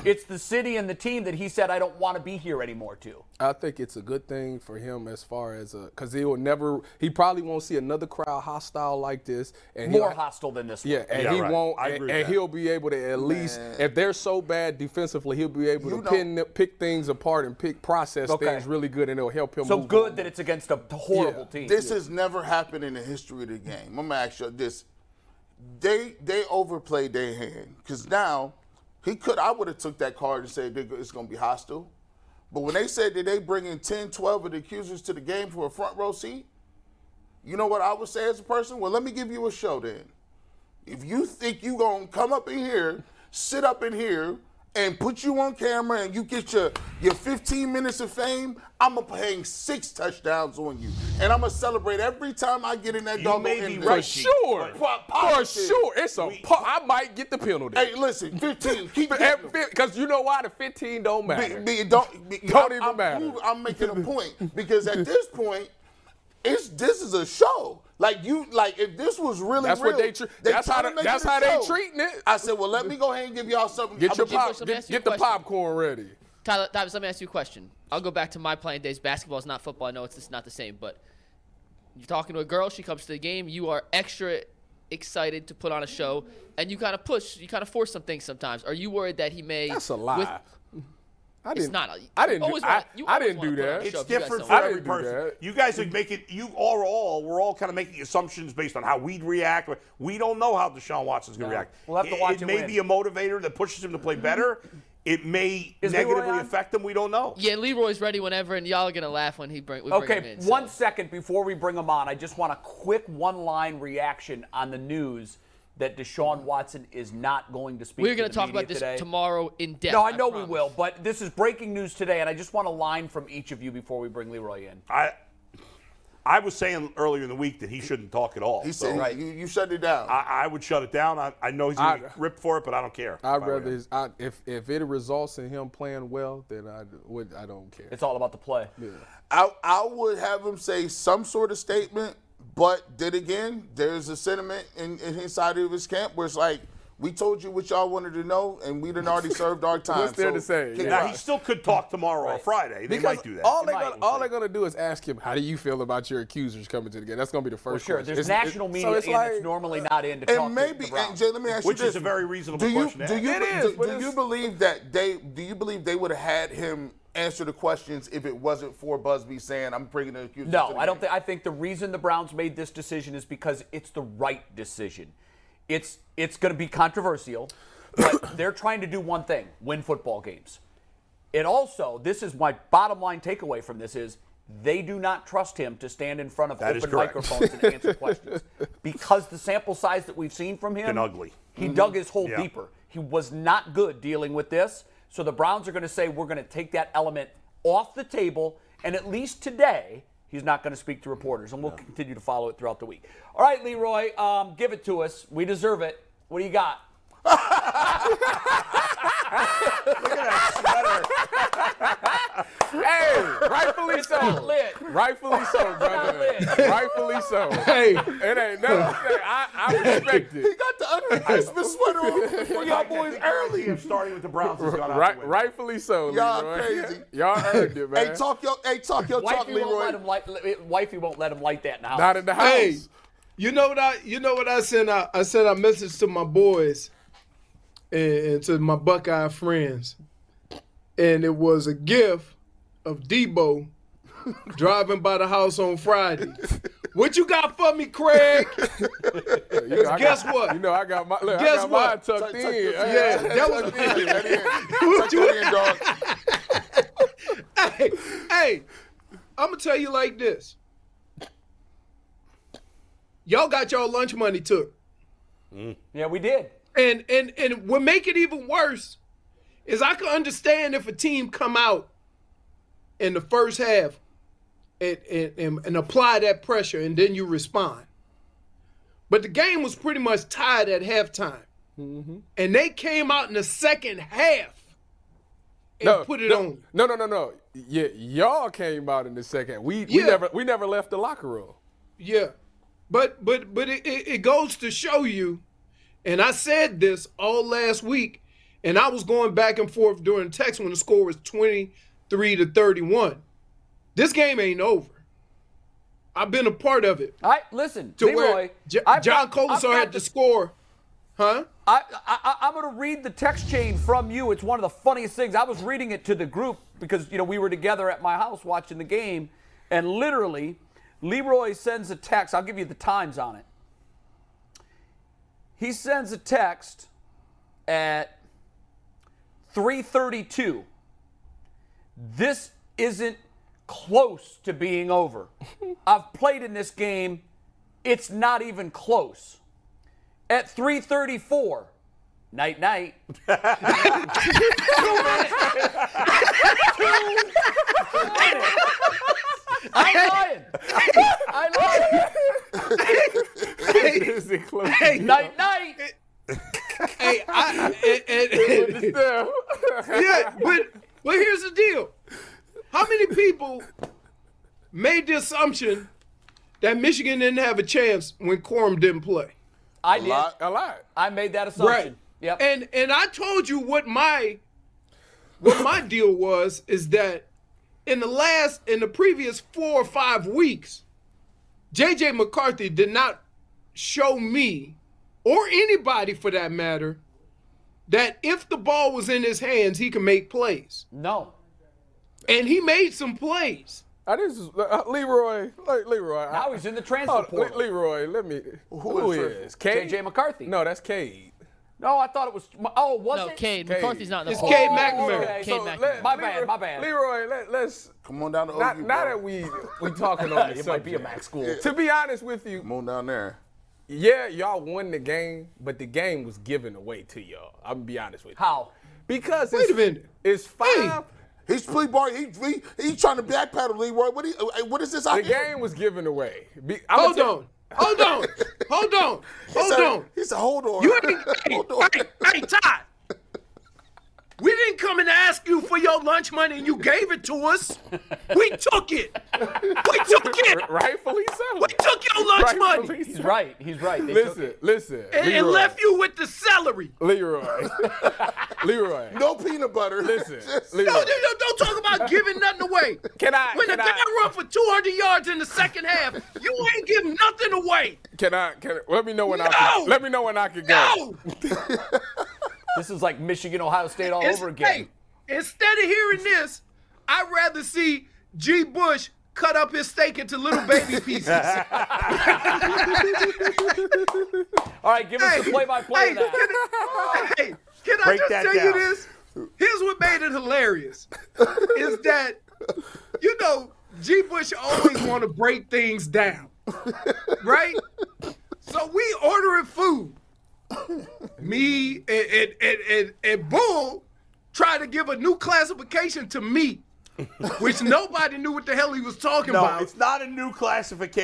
Speaker 1: it's the city and the team that he said I don't want to be here anymore to.
Speaker 2: I think it's a good thing for him as far as a because he will never he probably won't see another crowd hostile like this and
Speaker 1: More
Speaker 2: he'll-
Speaker 1: hostile than this
Speaker 2: Yeah,
Speaker 1: one.
Speaker 2: and
Speaker 3: Yeah,
Speaker 2: he
Speaker 3: right.
Speaker 2: won't,
Speaker 3: I
Speaker 2: and,
Speaker 3: agree with
Speaker 2: and
Speaker 3: that.
Speaker 2: he'll be able to at least if they're so bad defensively, he'll be able
Speaker 4: You
Speaker 2: to
Speaker 4: know-
Speaker 2: pin, pick things apart and pick process
Speaker 1: Okay.
Speaker 2: things really good, and it'll help him.
Speaker 1: So
Speaker 2: move
Speaker 1: good
Speaker 2: on.
Speaker 1: that it's against a horrible team.
Speaker 4: This has never happened in the history of the game. I'm gonna ask you this: they they overplayed their hand because now he could. I would have took that card and said "Nigga, it's gonna be hostile, but when they said that they bringing 10, 12 of the accusers to the game for a front row seat, you know what I would say as a person? Well, let me give you a show then. If you think you gonna come up in here, sit up in here. And put you on camera, and you get your your 15 minutes of fame. I'm gonna hang six touchdowns on you, and I'm gonna celebrate every time I get in that
Speaker 3: You
Speaker 4: dog.
Speaker 3: may be
Speaker 2: for
Speaker 3: right, Chief.
Speaker 2: sure,
Speaker 4: But-
Speaker 2: for sure, it's a.
Speaker 3: We-
Speaker 2: pu- I might get the penalty.
Speaker 4: Hey, listen, 15. Keep getting them.
Speaker 2: because you know why the 15 don't matter.
Speaker 4: Be- be- don't be-
Speaker 2: Don't
Speaker 4: I'm-
Speaker 2: even
Speaker 4: I'm
Speaker 2: matter. (laughs)
Speaker 4: proving- I'm making a point because at this point, it's this is a show. Like you, like if this was really
Speaker 2: That's
Speaker 4: real,
Speaker 2: what they tr- that's how
Speaker 4: tryna
Speaker 2: they-
Speaker 4: make
Speaker 2: that's
Speaker 4: it a
Speaker 2: how they
Speaker 4: show.
Speaker 2: treating it.
Speaker 4: I said, well, let me go ahead and give y'all something.
Speaker 2: Get
Speaker 4: I'ma
Speaker 2: your
Speaker 4: give
Speaker 2: pop,
Speaker 5: Let me
Speaker 2: get,
Speaker 5: ask you a
Speaker 2: get the
Speaker 5: question.
Speaker 2: popcorn ready.
Speaker 5: Tyler, Davis, let me ask you a question. I'll go back to my playing days. Basketball is not football. I know it's just not the same, but you're talking to a girl. She comes to the game. You are extra excited to put on a show, and you kind of push. You kind of force some things sometimes. Are you worried that he may?
Speaker 2: That's a lie.
Speaker 5: with-
Speaker 2: I
Speaker 5: it's
Speaker 2: didn't.
Speaker 5: not.
Speaker 2: I didn't.
Speaker 5: you
Speaker 2: Do,
Speaker 5: always
Speaker 2: I,
Speaker 5: wanna- you
Speaker 2: I
Speaker 5: always
Speaker 2: didn't
Speaker 5: wanna
Speaker 2: do
Speaker 5: put on a
Speaker 2: that.
Speaker 3: (laughs)
Speaker 5: show
Speaker 3: It's
Speaker 5: if you guys
Speaker 3: different
Speaker 5: don't
Speaker 3: for
Speaker 2: I
Speaker 3: every
Speaker 2: didn't do
Speaker 3: person.
Speaker 2: that.
Speaker 3: You guys are making you are all we're all kind of making assumptions based on how we'd react. We don't know how Deshaun Watson's going to react.
Speaker 1: We'll have to
Speaker 3: It-
Speaker 1: watch
Speaker 3: It,
Speaker 1: and
Speaker 3: may
Speaker 1: win.
Speaker 3: be a motivator that pushes him to play better. It may
Speaker 1: Is Leroy on?
Speaker 3: negatively affect him. We don't know.
Speaker 5: Yeah, Leroy's ready whenever, and y'all are gonna laugh when he bring. We bring him
Speaker 1: Okay,
Speaker 5: in,
Speaker 1: one
Speaker 5: so.
Speaker 1: second before we bring him on. I just want a quick one-line reaction on the news that Deshaun Watson is not going to speak.
Speaker 5: We're
Speaker 1: going
Speaker 5: gonna
Speaker 1: to the
Speaker 5: talk
Speaker 1: media
Speaker 5: about this
Speaker 1: today.
Speaker 5: tomorrow in depth.
Speaker 1: No, I know we
Speaker 5: promise.
Speaker 1: will, but this is breaking news today, and I just want a line from each of you before we bring Leroy in.
Speaker 3: I I was saying earlier in the week that he shouldn't talk at all.
Speaker 4: He
Speaker 3: so
Speaker 4: said, you, you shut it down.
Speaker 3: I, I would shut it down. I, I know he's going to
Speaker 2: I-
Speaker 3: get ripped for it, but I don't care.
Speaker 2: I'd
Speaker 3: If I were
Speaker 2: rather
Speaker 3: him.
Speaker 2: his, I, if if it results in him playing well, then I would I don't care.
Speaker 1: It's all about the play.
Speaker 4: I, I would have him say some sort of statement, but then again, there's a sentiment in, in his side of his camp where it's like, we told you what y'all wanted to know, and we
Speaker 2: (laughs)
Speaker 4: done already served our time.
Speaker 2: What's there to say?
Speaker 4: kick
Speaker 2: Yeah.
Speaker 3: Now
Speaker 4: rocks.
Speaker 3: he still could talk tomorrow or Friday. They
Speaker 2: Because
Speaker 3: might do that.
Speaker 2: all
Speaker 1: They
Speaker 2: they're
Speaker 1: might,
Speaker 2: gonna,
Speaker 1: we'll
Speaker 2: all
Speaker 1: see.
Speaker 2: they're gonna do is ask him, "How do you feel about your accusers coming to the game?" That's gonna be the first.
Speaker 1: For sure,
Speaker 2: question.
Speaker 1: there's
Speaker 2: It's- it-
Speaker 1: national
Speaker 2: so
Speaker 1: media
Speaker 2: it's
Speaker 1: in
Speaker 2: like- uh,
Speaker 1: that's normally not in to talk
Speaker 4: And
Speaker 1: to
Speaker 4: maybe,
Speaker 1: the
Speaker 4: and
Speaker 1: Browns.
Speaker 4: Jay, let me ask
Speaker 3: Which
Speaker 4: you this:
Speaker 3: is a very reasonable
Speaker 4: do you,
Speaker 3: question to
Speaker 4: Do
Speaker 3: ask.
Speaker 4: you,
Speaker 2: It
Speaker 4: be-
Speaker 2: is,
Speaker 4: do-
Speaker 2: but
Speaker 4: do
Speaker 2: it's-
Speaker 4: you believe that they? Do you believe they would have had him answer the questions if it wasn't for Busby saying, "I'm bringing the accusers"? to
Speaker 1: No,
Speaker 4: the
Speaker 1: I don't
Speaker 4: game"?
Speaker 1: think. I think the reason the Browns made this decision is because it's the right decision. It's it's going to be controversial,
Speaker 3: (coughs)
Speaker 1: but they're trying to do one thing: win football games. It also, this is my bottom line takeaway from this is they do not trust him to stand in front of
Speaker 3: That is
Speaker 1: open
Speaker 3: correct.
Speaker 1: microphones and
Speaker 3: (laughs)
Speaker 1: answer questions because the sample size that we've seen from him
Speaker 3: Been ugly.
Speaker 1: He dug his hole
Speaker 3: Yeah.
Speaker 1: deeper. He was not good dealing with this. So the Browns are going to say we're going to take that element off the table, and at least today he's not going to speak to reporters, and we'll continue to follow it throughout the week. All right, Leroy, um, give it to us. We deserve it. What do you got?
Speaker 3: Look at that sweater.
Speaker 1: (laughs)
Speaker 2: Hey, rightfully so.
Speaker 1: Not lit.
Speaker 2: Rightfully so, brother.
Speaker 1: lit.
Speaker 2: rightfully so. Hey, it ain't nothing. I, I respect
Speaker 4: He
Speaker 2: it.
Speaker 4: (laughs) got the under Christmas sweater on for y'all boys
Speaker 3: (laughs)
Speaker 4: early.
Speaker 3: I'm starting with the Browns. has gone out the
Speaker 2: Right,
Speaker 3: window.
Speaker 2: rightfully so,
Speaker 4: Y'all
Speaker 2: Leroy.
Speaker 4: crazy.
Speaker 2: Y'all earned it, man.
Speaker 4: Hey, talk your, hey, talk your talk,
Speaker 1: Wifey won't, let him
Speaker 4: Leroy.
Speaker 1: light, li- wifey won't let him light that in the house.
Speaker 2: Not in the house.
Speaker 6: Hey, you know what I you know what I sent out I sent a message to my boys and, and to my Buckeye friends. And it was a gift of Debo driving by the house on Friday. What you got for me, Craig?
Speaker 2: You know, I
Speaker 6: guess
Speaker 2: got-
Speaker 6: what?
Speaker 2: You know, I got my look, I
Speaker 6: Guess
Speaker 2: got
Speaker 6: what?
Speaker 2: mine tucked
Speaker 4: Tuck- tuck
Speaker 2: in.
Speaker 4: your-
Speaker 2: Hey,
Speaker 6: Yeah,
Speaker 2: (laughs)
Speaker 6: that was
Speaker 4: Tuck
Speaker 6: what you
Speaker 4: that in, dog.
Speaker 6: hey, hey, I'm gonna tell you like this. Y'all got y'all lunch money took,
Speaker 1: Yeah, we did.
Speaker 6: and and and what make it even worse is I can understand if a team come out in the first half and and, and and apply that pressure, and then you respond. But the game was pretty much tied at halftime,
Speaker 2: Mm-hmm.
Speaker 6: and they came out in the second half and put it
Speaker 2: no,
Speaker 6: on.
Speaker 2: No, no, no, no. Yeah, y'all came out in the second. We we
Speaker 6: Yeah.
Speaker 2: never we never left the locker
Speaker 6: (laughs)
Speaker 2: room.
Speaker 6: Yeah, but but but it, it, it goes to show you, and I said this all last week, and I was going back and forth during text when the score was twenty three to thirty one. This game ain't over. I've been a part of it.
Speaker 1: All right, listen,
Speaker 6: To
Speaker 1: Leroy.
Speaker 6: where J-
Speaker 1: I've
Speaker 6: John
Speaker 1: got- I've
Speaker 6: Colasar
Speaker 1: got
Speaker 6: had
Speaker 1: the-
Speaker 6: to score, huh?
Speaker 1: I, I, I'm going to read the text chain from you. It's one of the funniest things. I was reading it to the group because you know we were together at my house watching the game, and literally, Leroy sends a text. I'll give you the times on it. He sends a text at 3:32. This isn't close to being over. I've played in this game. It's not even close at 3:34. Night night. Two minutes. Two minutes. I'm lying. I'm lying.
Speaker 2: (laughs) Is it close?
Speaker 1: Night night.
Speaker 6: Hey,
Speaker 1: (laughs)
Speaker 6: I and- and- yeah, but but here's the deal. How many people made the assumption that Michigan didn't have a chance when Quorum didn't play.
Speaker 1: I did.
Speaker 4: lot.
Speaker 2: A lot.
Speaker 1: I made that assumption. Yep.
Speaker 6: And and I told you what my what my deal was is that in the last in the previous four or five weeks, JJ McCarthy did not show me or anybody for that matter that if the ball was in his hands, he could make plays.
Speaker 1: no.
Speaker 6: And he made some plays.
Speaker 2: I just uh, Leroy, Le- Leroy. I-
Speaker 1: Now he's in the transfer
Speaker 2: Oh, Le-
Speaker 1: portal.
Speaker 2: Leroy, let me. Who, is Cade?
Speaker 1: JJ McCarthy.
Speaker 2: No, that's Cade.
Speaker 1: No, I thought it was. Oh, was
Speaker 5: No,
Speaker 1: it?
Speaker 5: Cade. McCarthy's not in the
Speaker 6: It's
Speaker 5: poll.
Speaker 6: Cade McNamara.
Speaker 1: okay.
Speaker 5: Cade
Speaker 1: So
Speaker 5: McNamara.
Speaker 2: let-
Speaker 1: My bad, my bad.
Speaker 2: Leroy, let, us
Speaker 4: Come on down
Speaker 6: Oh,
Speaker 4: to
Speaker 2: not,
Speaker 4: OU.
Speaker 2: now
Speaker 4: bro.
Speaker 2: that we we (laughs) talking on this
Speaker 1: It might be a
Speaker 2: subject.
Speaker 1: Mac school.
Speaker 2: To be honest with you,
Speaker 4: Come on down there.
Speaker 2: Yeah, y'all won the game, but the game was given away to y'all. I'm gonna be honest with you.
Speaker 1: How?
Speaker 2: Because
Speaker 6: Wait
Speaker 2: it's,
Speaker 6: a minute.
Speaker 2: it's five.
Speaker 4: He's plea boy. He, he he's trying to backpedal Leroy. What he, uh, what is this?
Speaker 2: The game was given away. Be- I'ma
Speaker 6: Hold
Speaker 2: tell-
Speaker 6: on. Hold on. Hold (laughs) on. Hold on.
Speaker 4: He said, hold on.
Speaker 6: You ain't,
Speaker 4: (laughs)
Speaker 6: hey,
Speaker 4: hold on.
Speaker 6: hey, hey, Todd. We didn't come and ask you for your lunch money and you gave it to us. We took it. We took it.
Speaker 2: Rightfully so.
Speaker 6: We took your lunch
Speaker 2: Rightfully
Speaker 6: money
Speaker 1: He's
Speaker 2: so.
Speaker 1: right. He's right. They took
Speaker 2: Listen,
Speaker 1: it.
Speaker 2: listen.
Speaker 6: and, and
Speaker 2: Leroy.
Speaker 6: left you with the celery. (laughs)
Speaker 2: Leroy. (laughs) Leroy.
Speaker 4: No peanut butter.
Speaker 2: Listen,
Speaker 4: (laughs) Just-
Speaker 2: Leroy.
Speaker 6: Don't, don't- don't talk about giving nothing (laughs) away.
Speaker 2: Can I-
Speaker 6: When
Speaker 2: can
Speaker 6: the
Speaker 2: I-
Speaker 6: guy run for 200 yards in the second half, you ain't giving nothing away.
Speaker 2: Can I? Can I- let me know when I?
Speaker 6: No!
Speaker 2: Can, let me know when I can go.
Speaker 6: No.
Speaker 1: This is like Michigan, Ohio State all
Speaker 6: It's-
Speaker 1: over again.
Speaker 6: hey, instead of hearing this, I'd rather see G. Bush cut up his steak into little baby pieces.
Speaker 1: All right, give us the play-by-play
Speaker 6: hey,
Speaker 1: of that.
Speaker 6: Can, hey, can I
Speaker 3: Break
Speaker 6: just
Speaker 3: that
Speaker 6: tell you
Speaker 3: down.
Speaker 6: this? Here's what made it hilarious is that, you know, G. Bush always want to break things down, right? So we ordering food. Me and, and, and, and, and Bull try to give a new classification to meat, which nobody knew what the hell he was talking
Speaker 3: No,
Speaker 6: about.
Speaker 3: it's not a new classification.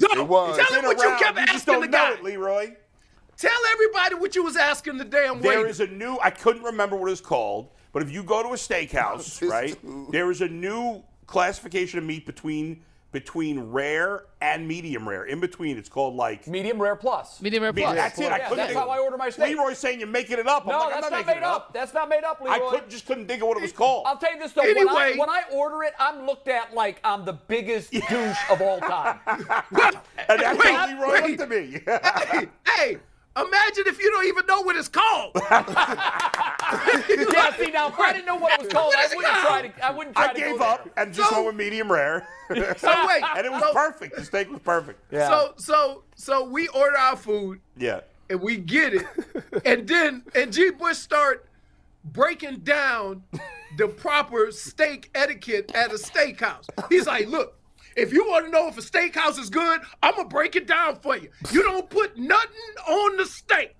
Speaker 4: Hey, uh,
Speaker 6: Don't
Speaker 4: it was.
Speaker 6: tell
Speaker 3: Been
Speaker 6: him what you
Speaker 3: around.
Speaker 6: kept
Speaker 3: you just
Speaker 6: asking
Speaker 3: don't
Speaker 6: the
Speaker 3: know
Speaker 6: guy.
Speaker 3: it, Leroy.
Speaker 6: Tell everybody what you was asking the damn
Speaker 3: There
Speaker 6: waiter.
Speaker 3: is a new. I couldn't remember what it's called, but if you go to a steakhouse, right, there is a new classification of meat between between rare and medium rare. In between, it's called like.
Speaker 1: Medium rare plus.
Speaker 5: Medium rare
Speaker 3: I mean,
Speaker 5: plus.
Speaker 3: that's it. I
Speaker 1: Yeah,
Speaker 3: couldn't.
Speaker 1: that's
Speaker 3: think-
Speaker 1: how I order my steak.
Speaker 3: Leroy's saying you're making it up. I'm
Speaker 1: no,
Speaker 3: like, I'm
Speaker 1: that's
Speaker 3: not
Speaker 1: not,
Speaker 3: making
Speaker 1: made
Speaker 3: it
Speaker 1: up. That's not made up, Leroy.
Speaker 3: I couldn't just couldn't think of
Speaker 1: (laughs)
Speaker 3: what it was called.
Speaker 1: I'll tell you this though.
Speaker 6: Anyway.
Speaker 1: When, I, when I order it, I'm looked at like I'm the biggest douche of all
Speaker 6: (laughs)
Speaker 1: time.
Speaker 3: and that's how
Speaker 6: Wait,
Speaker 3: Leroy
Speaker 6: wait.
Speaker 3: looked
Speaker 1: (laughs)
Speaker 3: at me.
Speaker 6: hey, hey, imagine if you don't even know what it's called.
Speaker 1: yeah, see now, if I didn't know what it was called, I
Speaker 6: What is it
Speaker 1: wouldn't try
Speaker 6: called?
Speaker 1: to. I wouldn't try
Speaker 3: (laughs) I
Speaker 1: to go
Speaker 3: gave
Speaker 1: there.
Speaker 3: up and just
Speaker 6: So-
Speaker 3: went with medium rare, (laughs) and
Speaker 6: So wait,
Speaker 3: it was
Speaker 6: so,
Speaker 3: perfect. The steak was perfect.
Speaker 1: Yeah.
Speaker 6: So so so we order our food
Speaker 3: Yeah.
Speaker 6: and we
Speaker 3: (laughs)
Speaker 6: get it, and then and G. Bush start breaking down the proper steak etiquette at a steakhouse. He's like, look. If you want to know if a steakhouse is good, I'm gonna break it down for you. You don't put nothing on
Speaker 3: (laughs)
Speaker 6: the steak.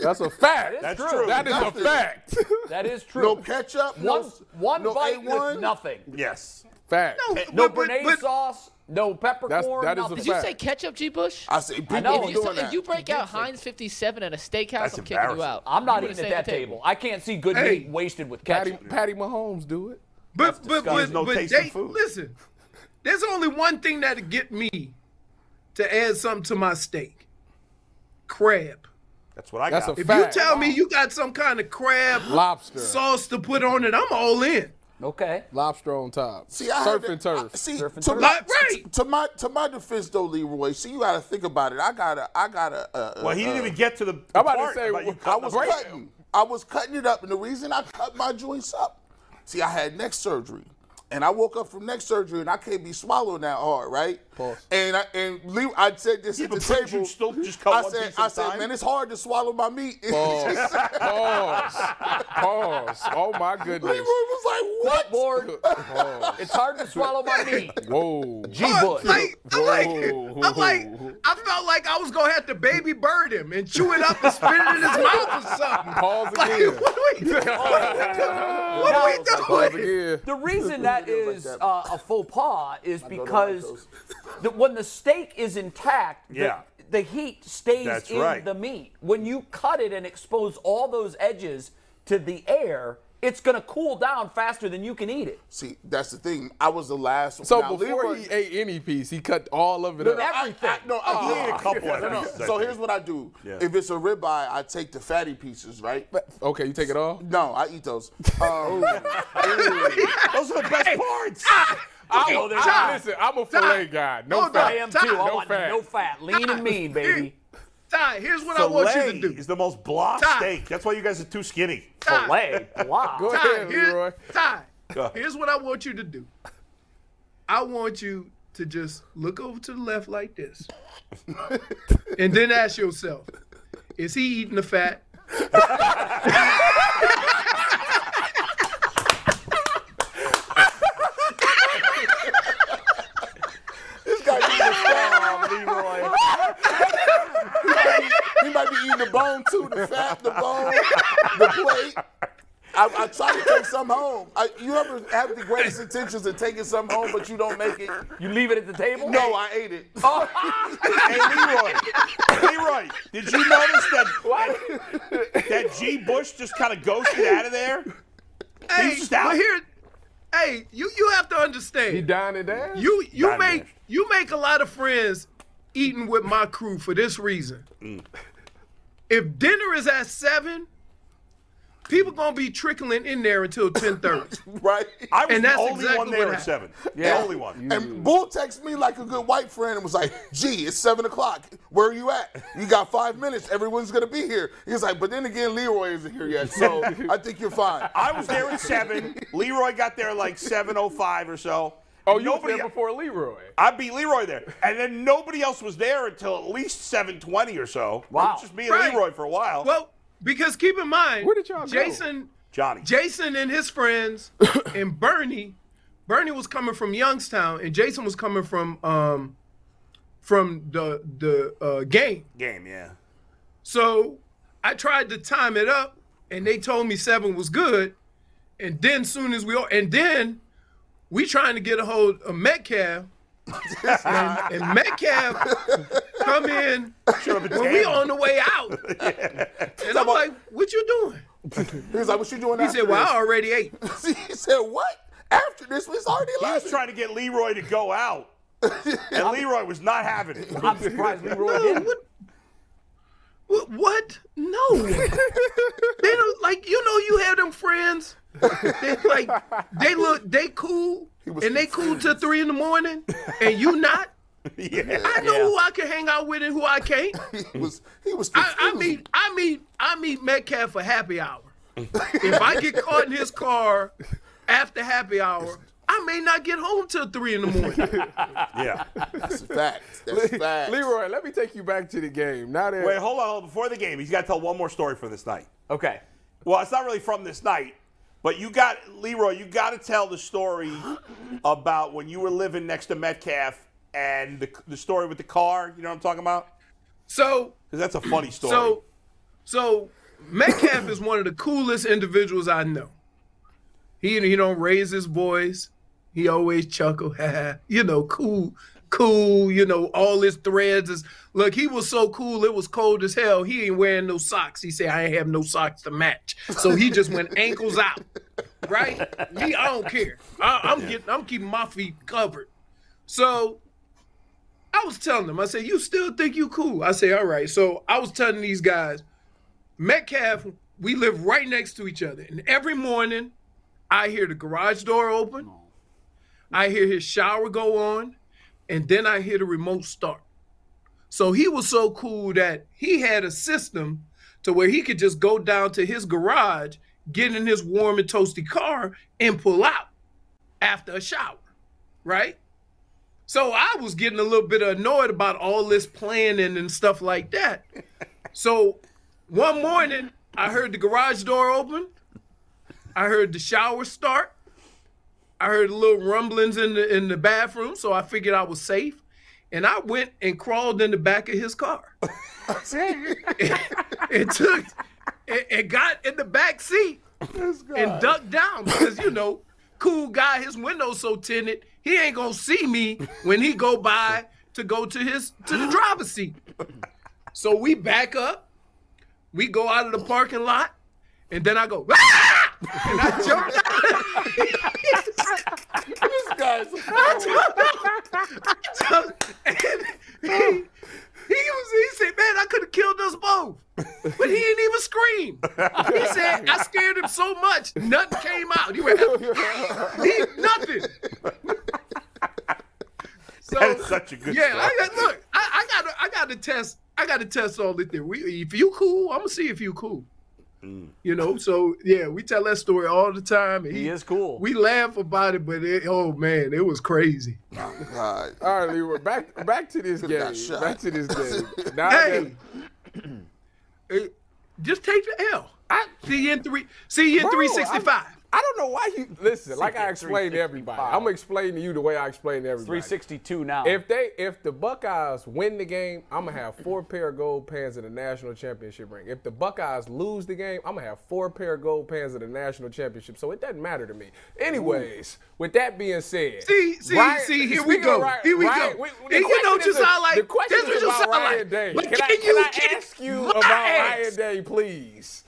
Speaker 2: That's a fact.
Speaker 1: That's
Speaker 3: That's
Speaker 1: true.
Speaker 3: true.
Speaker 2: That is a
Speaker 6: (laughs)
Speaker 2: fact.
Speaker 1: that is true.
Speaker 4: No ketchup.
Speaker 1: One,
Speaker 4: no,
Speaker 1: one
Speaker 4: no
Speaker 1: bite
Speaker 4: A1.
Speaker 1: with nothing.
Speaker 3: Yes.
Speaker 2: fact.
Speaker 1: No
Speaker 6: But- but-
Speaker 1: Bernays
Speaker 6: but-
Speaker 1: sauce. No peppercorn.
Speaker 2: that is a
Speaker 1: nothing.
Speaker 5: Did you
Speaker 2: fact.
Speaker 5: say ketchup, G. Bush?
Speaker 4: I say people
Speaker 1: know.
Speaker 4: be
Speaker 5: if you,
Speaker 4: doing
Speaker 5: if
Speaker 4: that.
Speaker 5: you break out Heinz 57 at a steakhouse,
Speaker 3: That's
Speaker 5: I'm kicking you
Speaker 3: embarrassing.
Speaker 5: out.
Speaker 1: I'm not
Speaker 5: You would've
Speaker 1: eating at
Speaker 5: stayed
Speaker 1: that table. I can't see good
Speaker 6: Hey.
Speaker 1: meat wasted with
Speaker 2: Patty,
Speaker 1: ketchup.
Speaker 2: Patty Mahomes do it.
Speaker 6: But
Speaker 1: disgusting.
Speaker 6: but but,
Speaker 3: There's no
Speaker 6: but
Speaker 3: taste
Speaker 6: they,
Speaker 3: in food.
Speaker 6: listen, there's only one thing that'd get me to add something to my steak. Crab.
Speaker 3: That's what I
Speaker 2: That's
Speaker 3: got.
Speaker 2: a
Speaker 6: If
Speaker 2: fact.
Speaker 6: you tell me you got some kind of crab
Speaker 2: Lobster.
Speaker 6: sauce to put on it, I'm all in.
Speaker 1: Okay.
Speaker 2: Lobster on top.
Speaker 4: See, I
Speaker 2: Surf
Speaker 4: had
Speaker 2: and
Speaker 4: to- I-
Speaker 2: turf.
Speaker 4: see,
Speaker 1: Surf and
Speaker 4: to
Speaker 1: turf.
Speaker 4: my
Speaker 6: Like, right.
Speaker 4: to, to my to my defense though, Leroy. See, you gotta think about it. I gotta, I gotta. Uh,
Speaker 3: well, he
Speaker 4: uh,
Speaker 3: didn't even get to the. the
Speaker 2: I'm about to
Speaker 3: part
Speaker 2: say,
Speaker 3: about you
Speaker 2: I
Speaker 4: I
Speaker 3: cutting
Speaker 4: was
Speaker 3: the break.
Speaker 4: cutting. I was cutting it up, and the reason I cut my joints up, see, I had neck surgery, and I woke up from neck surgery, and I can't be swallowing that hard, right?
Speaker 2: Pause.
Speaker 4: And I and Lee, I said this
Speaker 3: Yeah,
Speaker 4: at the
Speaker 3: but couldn't you
Speaker 4: table.
Speaker 3: still just cut
Speaker 4: I
Speaker 3: one
Speaker 4: said,
Speaker 3: piece at
Speaker 4: I
Speaker 3: a
Speaker 4: said,
Speaker 3: time?
Speaker 4: man, it's hard to swallow my meat. (laughs)
Speaker 2: Pause. Pause. Pause. Oh my
Speaker 4: Leroy
Speaker 2: goodness.
Speaker 4: was like, what?
Speaker 1: Clipboard. it's hard to swallow my meat.
Speaker 2: Whoa.
Speaker 1: G
Speaker 6: But,
Speaker 1: Bush.
Speaker 6: like, I'm like, I'm
Speaker 2: Whoa.
Speaker 6: like, I felt like I was gonna have to baby bird him and chew it up and spit it in his mouth or something.
Speaker 2: (laughs) Pause
Speaker 6: Like,
Speaker 2: again.
Speaker 6: what are we, (laughs) what are we doing? What are
Speaker 2: Pause
Speaker 6: we doing?
Speaker 2: again.
Speaker 1: The reason
Speaker 4: (laughs)
Speaker 1: that is
Speaker 4: that.
Speaker 1: uh, a faux pas is because
Speaker 4: those.
Speaker 1: the, when the steak is intact, the,
Speaker 3: Yeah.
Speaker 1: the heat stays
Speaker 3: That's
Speaker 1: in
Speaker 3: right.
Speaker 1: the meat. When you cut it and expose all those edges to the air, it's going to cool down faster than you can eat it.
Speaker 4: See, that's the thing. I was the last one.
Speaker 2: So
Speaker 4: Now,
Speaker 2: before
Speaker 4: Leroy-
Speaker 2: he ate any piece, he cut all of it up.
Speaker 4: I-
Speaker 1: Everything.
Speaker 4: I- no, uh, I
Speaker 3: He ate a couple of
Speaker 4: No, no.
Speaker 3: pieces, I
Speaker 4: So
Speaker 3: think.
Speaker 4: here's what I do.
Speaker 3: Yeah.
Speaker 4: If it's a ribeye, I take the fatty pieces, right?
Speaker 2: okay, you take it all.
Speaker 4: No, I eat (laughs) those. Um,
Speaker 3: Those are the best parts.
Speaker 2: I,
Speaker 1: Oh, there's-
Speaker 2: I- listen, I'm a fillet guy. No
Speaker 6: Hold
Speaker 2: fat.
Speaker 1: I am too. Oh, I
Speaker 2: No
Speaker 1: want
Speaker 2: fat.
Speaker 1: no fat, lean and
Speaker 4: (laughs)
Speaker 1: mean, baby.
Speaker 6: Ty, here's what I want you
Speaker 3: Filet
Speaker 6: to do.
Speaker 3: is the most blah
Speaker 6: Time.
Speaker 3: steak. That's why you guys are too skinny.
Speaker 6: Ty,
Speaker 1: Filet, blah.
Speaker 2: Go
Speaker 6: Ty,
Speaker 2: ahead,
Speaker 6: here-
Speaker 2: Leroy.
Speaker 6: Ty,
Speaker 3: Go.
Speaker 6: here's what I want you to do. I want you to just look over to the left
Speaker 2: (laughs)
Speaker 6: like this, and then ask yourself, is he eating the fat?
Speaker 1: Leroy.
Speaker 4: um, he might be eating the bone too, the fat, the bone, the plate. I, I try to take some home. I, you ever have the greatest intentions of taking some home, but you don't make it?
Speaker 1: You leave it at the table?
Speaker 4: No, I ate it.
Speaker 3: Hey, Leroy. Leroy, did you notice that that G. Bush just kind of ghosted out of there?
Speaker 6: Hey,
Speaker 3: just out.
Speaker 6: but here, hey, you you have to understand.
Speaker 2: He dying it down. (laughs)
Speaker 6: You you
Speaker 3: Dime
Speaker 6: make
Speaker 3: dash.
Speaker 6: you make a lot of friends eating with my crew for this reason.
Speaker 2: Mm.
Speaker 6: If dinner is at seven, people gonna be trickling in there until
Speaker 2: (laughs)
Speaker 6: ten thirty.
Speaker 4: (laughs) Right?
Speaker 3: I was
Speaker 6: And
Speaker 3: the
Speaker 6: that's
Speaker 3: only
Speaker 6: exactly
Speaker 3: one there
Speaker 6: what
Speaker 3: at seven.
Speaker 1: Yeah.
Speaker 3: The only one.
Speaker 4: And Bull texted me like a good white friend and was like, gee, it's seven o'clock. Where are you at? You got five minutes. Everyone's gonna be here. He's like, but then again, Leroy isn't here yet, so I think you're fine.
Speaker 3: I was there at seven. Leroy got there like seven oh five or so.
Speaker 2: oh, you
Speaker 3: nobody. e-
Speaker 2: was there before Leroy.
Speaker 3: I beat Leroy there, and then nobody else was there until at least seven twenty or so. It
Speaker 1: Wow.
Speaker 3: was just me and
Speaker 6: Right.
Speaker 3: Leroy for a while.
Speaker 6: well, because keep in mind,
Speaker 2: Where did y'all go?
Speaker 6: Jason,
Speaker 3: Johnny.
Speaker 6: Jason and his friends and Bernie, Bernie was coming from Youngstown and Jason was coming from um from the the uh, game.
Speaker 3: game, yeah.
Speaker 6: So I tried to time it up, and they told me seven was good. And then soon as we all, and then we trying to get a hold of Metcalf, and, and Metcalf come in when we on the way out. And I'm like, "What you doing?"
Speaker 4: He was like, what you doing
Speaker 6: He
Speaker 4: after
Speaker 6: said, "Well,
Speaker 4: this? (laughs)
Speaker 6: I already ate."
Speaker 4: he said, what? After this, it's already
Speaker 3: He was
Speaker 4: last.
Speaker 3: trying to get Leroy to go out, and Leroy was not having it. (laughs)
Speaker 1: I'm surprised Leroy
Speaker 6: Dude,
Speaker 1: didn't.
Speaker 6: what? What? what? No. they don't like you know you have them friends. They, like they look they cool and they cool till three in the morning and you not.
Speaker 3: Yeah.
Speaker 6: I know who I can hang out with and who I can't.
Speaker 4: He was he was
Speaker 6: I, I
Speaker 4: confused.
Speaker 6: meet I meet I meet Metcalf for happy hour. if I get caught in his car after happy hour, I may not get home till three in the morning.
Speaker 3: yeah.
Speaker 4: That's a fact. That's a
Speaker 2: (laughs)
Speaker 4: fact.
Speaker 2: Leroy, let me take you back to the game. Now that
Speaker 3: Wait, hold on. hold on. Before the game, he's got to tell one more story from this night.
Speaker 1: Okay.
Speaker 3: Well, it's not really from this night, but you got Leroy. You got to tell the
Speaker 6: (gasps)
Speaker 3: story about when you were living next to Metcalf and the, the story with the car. You know what I'm talking about?
Speaker 6: So
Speaker 3: Because that's a funny story.
Speaker 6: So, so Metcalf is one of the coolest individuals I know. He he don't raise his voice. He always chuckle, (laughs) you know, cool, cool. You know, all his threads is look. He was so cool. It was cold as hell. He ain't wearing no socks. He said, "I ain't have no socks to match." So he just went ankles out, right? Me, I don't care. I, I'm getting, I'm keeping my feet covered. So I was telling them, I said, you still think you cool? I say, all right. So I was telling these guys, Metcalf, we live right next to each other. And every morning, I hear the garage door open, I hear his shower go on, and then I hear the remote start. So he was so cool that he had a system to where he could just go down to his garage, get in his warm and toasty car, and pull out after a shower, right? So I was getting a little bit annoyed about all this planning and stuff like that. So one morning, I heard the garage door open. I heard the shower start. I heard little rumblings in the in the bathroom, so I figured I was safe. And I went and crawled in the back of his car.
Speaker 4: (laughs)
Speaker 6: it took it, it got in the back seat and ducked down because you know, cool guy, his window's so tinted, he ain't gonna see me when he go by to go to his to the driver's seat. So we back up, we go out of the parking lot, and then I go, "Ah!"
Speaker 3: And I jumped
Speaker 4: This
Speaker 6: (laughs)
Speaker 4: guy's
Speaker 6: and he, he was he said, "Man, I could have killed us both," but he didn't even scream. He said, "I scared him so much, nothing came out." He went, (laughs) he, nothing. so,
Speaker 3: That is such a good
Speaker 6: yeah,
Speaker 3: story.
Speaker 6: I, I- look, I, I gotta, I gotta test, I gotta test all this. Thing. We, if you cool, I'm gonna see if you cool. You know, so yeah, we tell that story all the time. and
Speaker 1: Mm. He is cool.
Speaker 6: We laugh about it, but it, oh man, it was crazy.
Speaker 4: Oh, God.
Speaker 2: All right, Leroy, back back to this
Speaker 4: got
Speaker 2: game.
Speaker 4: shot.
Speaker 2: Back to
Speaker 4: (laughs)
Speaker 2: this game. Now
Speaker 6: Hey,
Speaker 2: that-
Speaker 6: Hey, just take the L. I see you in three. See you in
Speaker 2: Bro,
Speaker 6: three sixty five.
Speaker 2: I'm- I don't know why you listen. Like I explained to everybody, I'm gonna explain to you the way I explained to everybody.
Speaker 1: 362 now.
Speaker 2: If they, if the Buckeyes win the game, I'm gonna have four pair of gold pants and a national championship ring. If the Buckeyes lose the game, I'm gonna have four pair of gold pants and a national championship. So it doesn't matter to me. Anyways, with that being said,
Speaker 6: See, see, see, here we
Speaker 2: speaking of
Speaker 6: go.
Speaker 2: Ryan-
Speaker 6: Here we
Speaker 2: Ryan-
Speaker 6: go.
Speaker 2: wait,
Speaker 6: And you know
Speaker 2: question
Speaker 6: what you
Speaker 2: is a-
Speaker 6: sound like?
Speaker 2: The question
Speaker 6: That's
Speaker 2: is
Speaker 6: what you
Speaker 2: about
Speaker 6: sound like.
Speaker 2: Ryan Day.
Speaker 6: But
Speaker 2: Can I,
Speaker 6: can
Speaker 2: can
Speaker 6: you
Speaker 2: I
Speaker 6: get
Speaker 2: ask you
Speaker 6: my
Speaker 2: about Ryan
Speaker 6: ass?
Speaker 2: Day, please?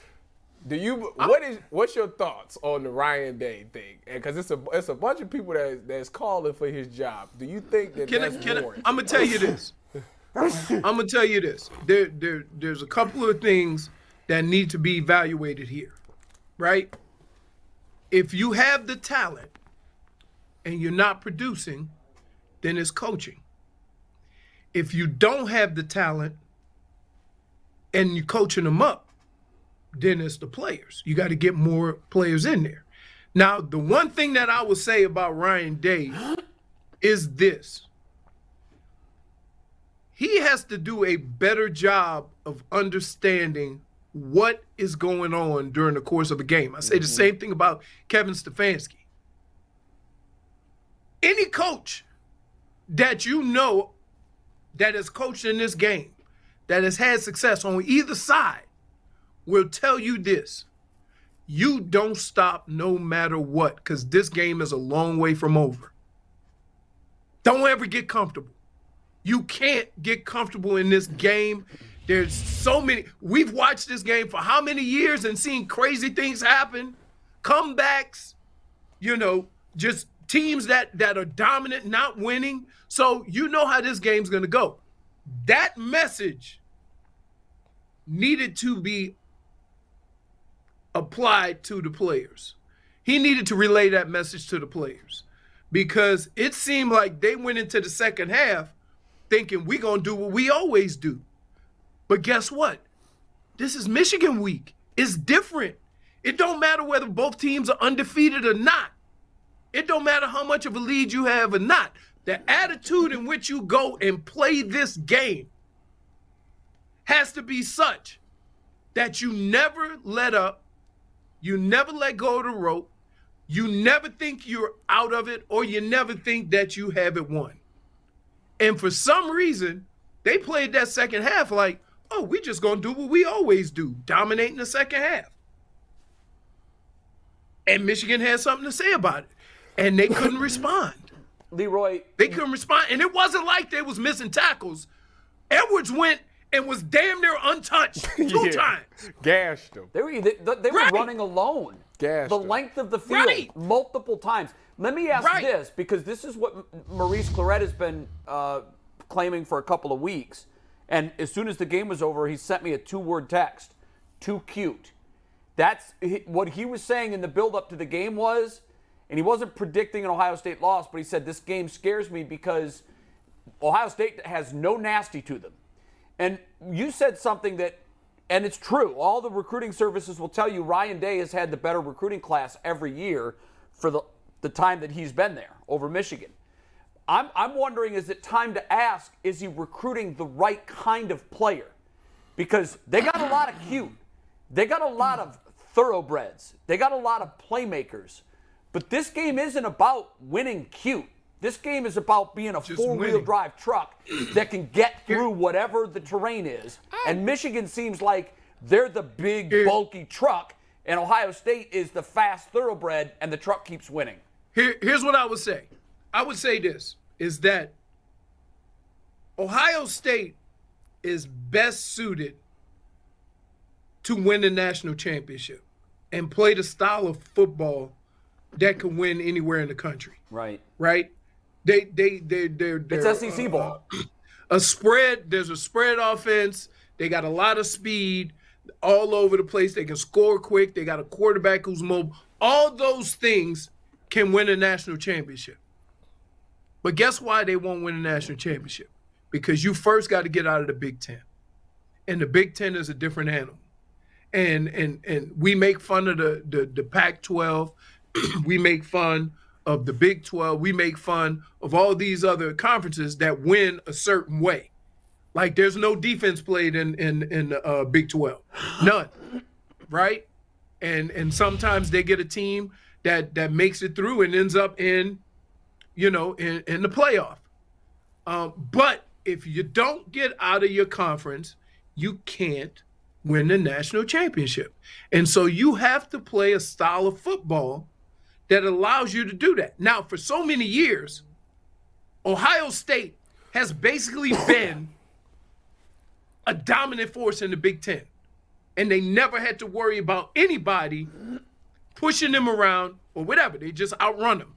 Speaker 2: Do you what is what's your thoughts on the Ryan Day thing? Because it's a it's a bunch of people that that's calling for his job. Do you think that
Speaker 6: Can I,
Speaker 2: that's
Speaker 6: can I,
Speaker 2: warranted?
Speaker 6: I'm gonna tell you this. I'm gonna tell you this. There, there, there's a couple of things that need to be evaluated here, right? If you have the talent and you're not producing, then it's coaching. If you don't have the talent and you're coaching them up, then it's the players. You got to get more players in there. Now, the one thing that I will say about Ryan Day is this he has to do a better job of understanding what is going on during the course of a game. I say the same thing about Kevin Stefanski. Any coach that you know that has coached in this game, that has had success on either side, will tell you this. You don't stop no matter what, because this game is a long way from over. Don't ever get comfortable. You can't get comfortable in this game. There's so many. We've watched this game for how many years and seen crazy things happen, comebacks, you know, just teams that that are dominant not winning. So you know how this game's going to go. That message needed to be applied to the players. He needed to relay that message to the players because it seemed like they went into the second half thinking we're going to do what we always do. But guess what? This is Michigan week. It's different. It don't matter whether both teams are undefeated or not. It don't matter how much of a lead you have or not. The attitude in which you go and play this game has to be such that you never let up, you never let go of the rope, you never think you're out of it, or you never think that you haven't won. And for some reason, they played that second half like, oh, we're just going to do what we always do dominate in the second half. And Michigan had something to say about it. And they couldn't respond.
Speaker 1: Leroy,
Speaker 6: They couldn't respond. And it wasn't like they was missing tackles. Edwards went and was damn near untouched
Speaker 2: (laughs)
Speaker 6: two
Speaker 2: Yeah.
Speaker 6: times.
Speaker 2: gashed him?
Speaker 1: They were they, they were
Speaker 6: Right.
Speaker 1: running alone.
Speaker 2: Gashed
Speaker 1: the
Speaker 2: them.
Speaker 1: length of the field
Speaker 6: Right.
Speaker 1: multiple times. Let me ask
Speaker 6: Right.
Speaker 1: this because this is what M- Maurice Claret has been uh, claiming for a couple of weeks. And as soon as the game was over, he sent me a two-word text: "Too cute." That's he- what he was saying in the build-up to the game was, and he wasn't predicting an Ohio State loss, but he said this game scares me because Ohio State has no nasty to them. And you said something that, and it's true, all the recruiting services will tell you Ryan Day has had the better recruiting class every year for the, the time that he's been there over Michigan. I'm, I'm wondering is it time to ask, is he recruiting the right kind of player? Because they got a lot of cute, they got a lot of thoroughbreds, they got a lot of playmakers. But this game isn't about winning cute. This game is about being a four wheel
Speaker 6: winning.
Speaker 1: drive drive truck that can get through whatever the terrain is. And Michigan seems like they're the big, bulky truck, and Ohio State is the fast thoroughbred, and the truck keeps winning.
Speaker 6: Here, here's what I would say. I would say this is that Ohio State is best suited to win the national championship. and play the style of football that can win anywhere in the country,
Speaker 1: Right.
Speaker 6: right? They they they they're, they're
Speaker 1: It's SEC
Speaker 6: uh,
Speaker 1: ball.
Speaker 6: a spread. There's a spread offense. They got a lot of speed all over the place. They can score quick. They got a quarterback who's mobile. All those things can win a national championship. But guess why they won't win a national championship? Because you first got to get out of the Big Ten, and the Big Ten is a different animal. And and and we make fun of the the, the Pac-12. (clears throat) we make fun of the Big 12. We make fun of all these other conferences that win a certain way. Like there's no defense played in in in uh, Big 12, none, right? And and sometimes they get a team that that makes it through and ends up in, you know, in in the playoff. Um, but if you don't get out of your conference, you can't win the national championship. And so you have to play a style of football that allows you to do that. Now, for so many years, Ohio State has basically been a dominant force in the Big Ten, and they never had to worry about anybody pushing them around or whatever. They just outrun them.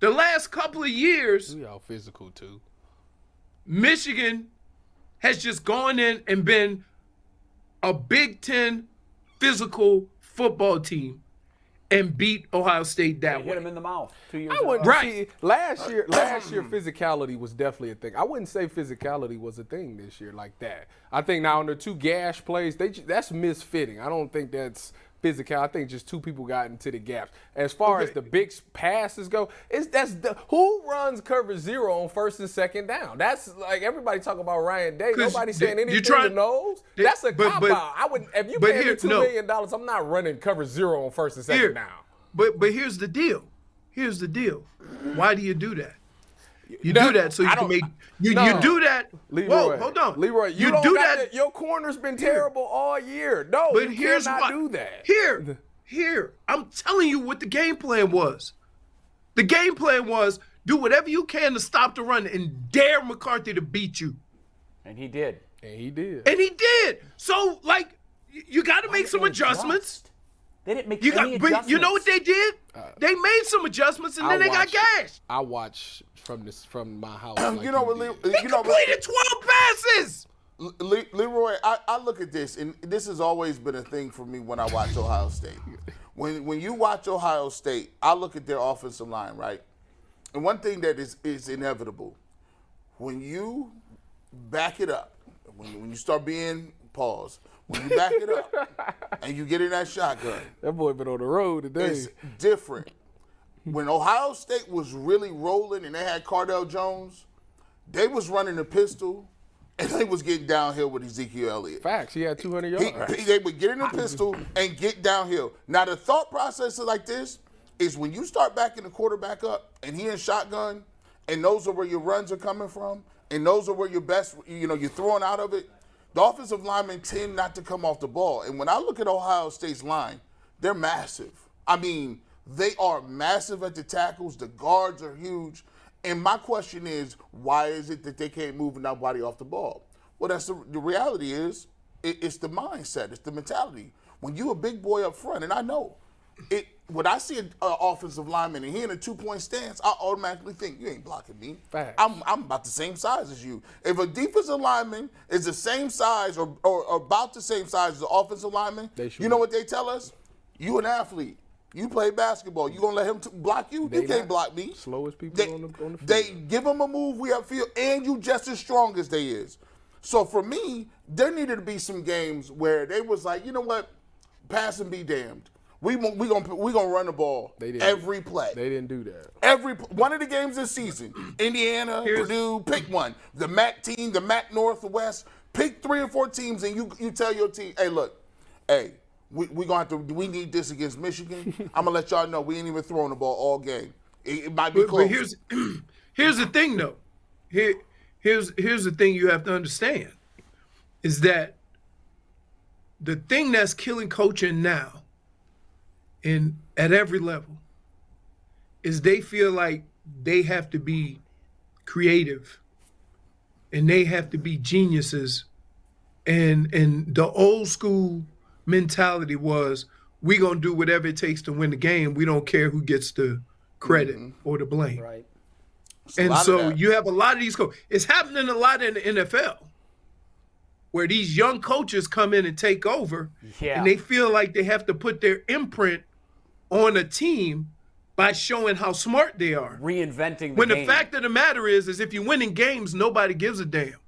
Speaker 6: The last couple of years,
Speaker 2: Y'all physical too.
Speaker 6: Michigan has just gone in and been a Big Ten physical football team and beat Ohio State that
Speaker 1: Hit
Speaker 6: way.
Speaker 1: him in the mouth. Two years.
Speaker 2: I wouldn't
Speaker 1: ago.
Speaker 6: Right.
Speaker 2: see, last
Speaker 6: (clears throat)
Speaker 2: year. Last year, physicality was definitely a thing. I wouldn't say physicality was a thing this year like that. I think now under two gash plays, they ju- that's misfitting. I don't think that's physical. I think just two people got into the gaps. As far as the big s- passes go, it's that's the, who runs cover zero on first and second down. That's like everybody talking about Ryan Day.
Speaker 6: 'Cause
Speaker 2: Nobody
Speaker 6: they-
Speaker 2: saying
Speaker 6: you
Speaker 2: anything
Speaker 6: try-
Speaker 2: to Knowles.
Speaker 6: they-
Speaker 2: That's a
Speaker 6: but-
Speaker 2: cop
Speaker 6: but-
Speaker 2: out. I would if you
Speaker 6: but
Speaker 2: pay me
Speaker 6: here-
Speaker 2: two
Speaker 6: no.
Speaker 2: million dollars, I'm not running cover zero on first and second
Speaker 6: Here.
Speaker 2: down.
Speaker 6: But but here's the deal. Here's the deal. Why do you do that? You do that so you
Speaker 2: I
Speaker 6: can
Speaker 2: don't-
Speaker 6: make you,
Speaker 2: No.
Speaker 6: you do that.
Speaker 2: Leroy,
Speaker 6: Whoa, hold on.
Speaker 2: Leroy, you, don't
Speaker 6: do
Speaker 2: got
Speaker 6: that.
Speaker 2: the- your corner's been terrible all year. No,
Speaker 6: but
Speaker 2: you
Speaker 6: here's
Speaker 2: cannot
Speaker 6: what
Speaker 2: do that.
Speaker 6: Here, here. I'm telling you what the game plan was. The game plan was do whatever you can to stop the run and dare McCarthy to beat you.
Speaker 1: And he did.
Speaker 2: And he did.
Speaker 6: And he did. So like y- you got to make some
Speaker 1: They
Speaker 6: adjustments.
Speaker 1: adjust. They didn't make
Speaker 6: You
Speaker 1: any
Speaker 6: got, but you know what they
Speaker 1: adjustments. Uh,
Speaker 6: did? they made some adjustments and
Speaker 2: I
Speaker 6: then they got
Speaker 2: watched-
Speaker 6: gashed.
Speaker 2: I watch from this from my (clears throat) house. like
Speaker 4: you know what,
Speaker 2: did.
Speaker 4: Le-
Speaker 6: They
Speaker 4: you know what,
Speaker 6: completed 12 passes.
Speaker 4: Le- Leroy, I, I look at this, and this has always been a thing for me when I watch Ohio State. When when you watch Ohio State, I look at their offensive line, right? And one thing that is is inevitable, when you back it up, when, when you start being pause, when you back it up, and you get in that shotgun,
Speaker 2: that boy been on the road today.
Speaker 4: it's different. When Ohio State was really rolling and they had Cardell Jones, they was running the pistol and they was getting downhill with Ezekiel Elliott.
Speaker 2: Facts. He had 200
Speaker 4: He-
Speaker 2: yards.
Speaker 4: he- they would get in the pistol and get downhill. Now the thought process is like this is when you start backing the quarterback up and he in shotgun and those are where your runs are coming from and those are where your best you know you're throwing out of it. The offensive linemen tend not to come off the ball. And when I look at Ohio State's line, they're massive. I mean, they are massive at the tackles. The guards are huge. And my question is, why is it that they can't move nobody off the ball? Well, that's the, the reality is it, it's the mindset, it's the mentality. When you a big boy up front, and I know it, when I see an uh, offensive lineman and he in a two point stance, I automatically think you ain't blocking me.
Speaker 2: Facts.
Speaker 4: I'm I'm about the same size as you. If a defensive lineman is the same size or, or, or about the same size as the offensive lineman,
Speaker 2: They
Speaker 4: you
Speaker 2: shoot.
Speaker 4: know what they tell us? You an athlete. You play basketball. You gonna let him t- block you? you can't
Speaker 2: not.
Speaker 4: block me.
Speaker 2: Slowest people
Speaker 4: They,
Speaker 2: on the- on the field.
Speaker 4: they give him a move we upfield, and you just as strong as they is. So for me, there needed to be some games where they was like, you know what, pass and be damned. We mo- we gonna we gonna run the ball
Speaker 2: They didn't.
Speaker 4: every play.
Speaker 2: They didn't do that.
Speaker 4: Every one of the games this season, (clears throat) Indiana, Purdue, pick one. The MAC team, the MAC Northwest, pick three or four teams, and you you tell your team, hey, look, hey, we we gonna have to we need this against Michigan.
Speaker 2: (laughs)
Speaker 4: I'm gonna let y'all know we ain't even throwing the ball all game. It, it might be
Speaker 6: But,
Speaker 4: close.
Speaker 6: but here's (clears throat) here's the thing though. Here here's here's the thing you have to understand is that the thing that's killing coaching now in at every level is they feel like they have to be creative and they have to be geniuses and and the old school mentality was we gonna do whatever it takes to win the game. We don't care who gets the credit or the blame.
Speaker 1: Right.
Speaker 6: And
Speaker 4: lot of
Speaker 6: so
Speaker 4: that.
Speaker 6: you have a lot of these coaches. It's happening a lot in the NFL where these young coaches come in and take over
Speaker 1: Yeah.
Speaker 6: and they feel like they have to put their imprint on a team by showing how smart they are.
Speaker 1: Reinventing the
Speaker 6: When
Speaker 1: game.
Speaker 6: the fact of the matter is, is if you're winning games, nobody gives a damn.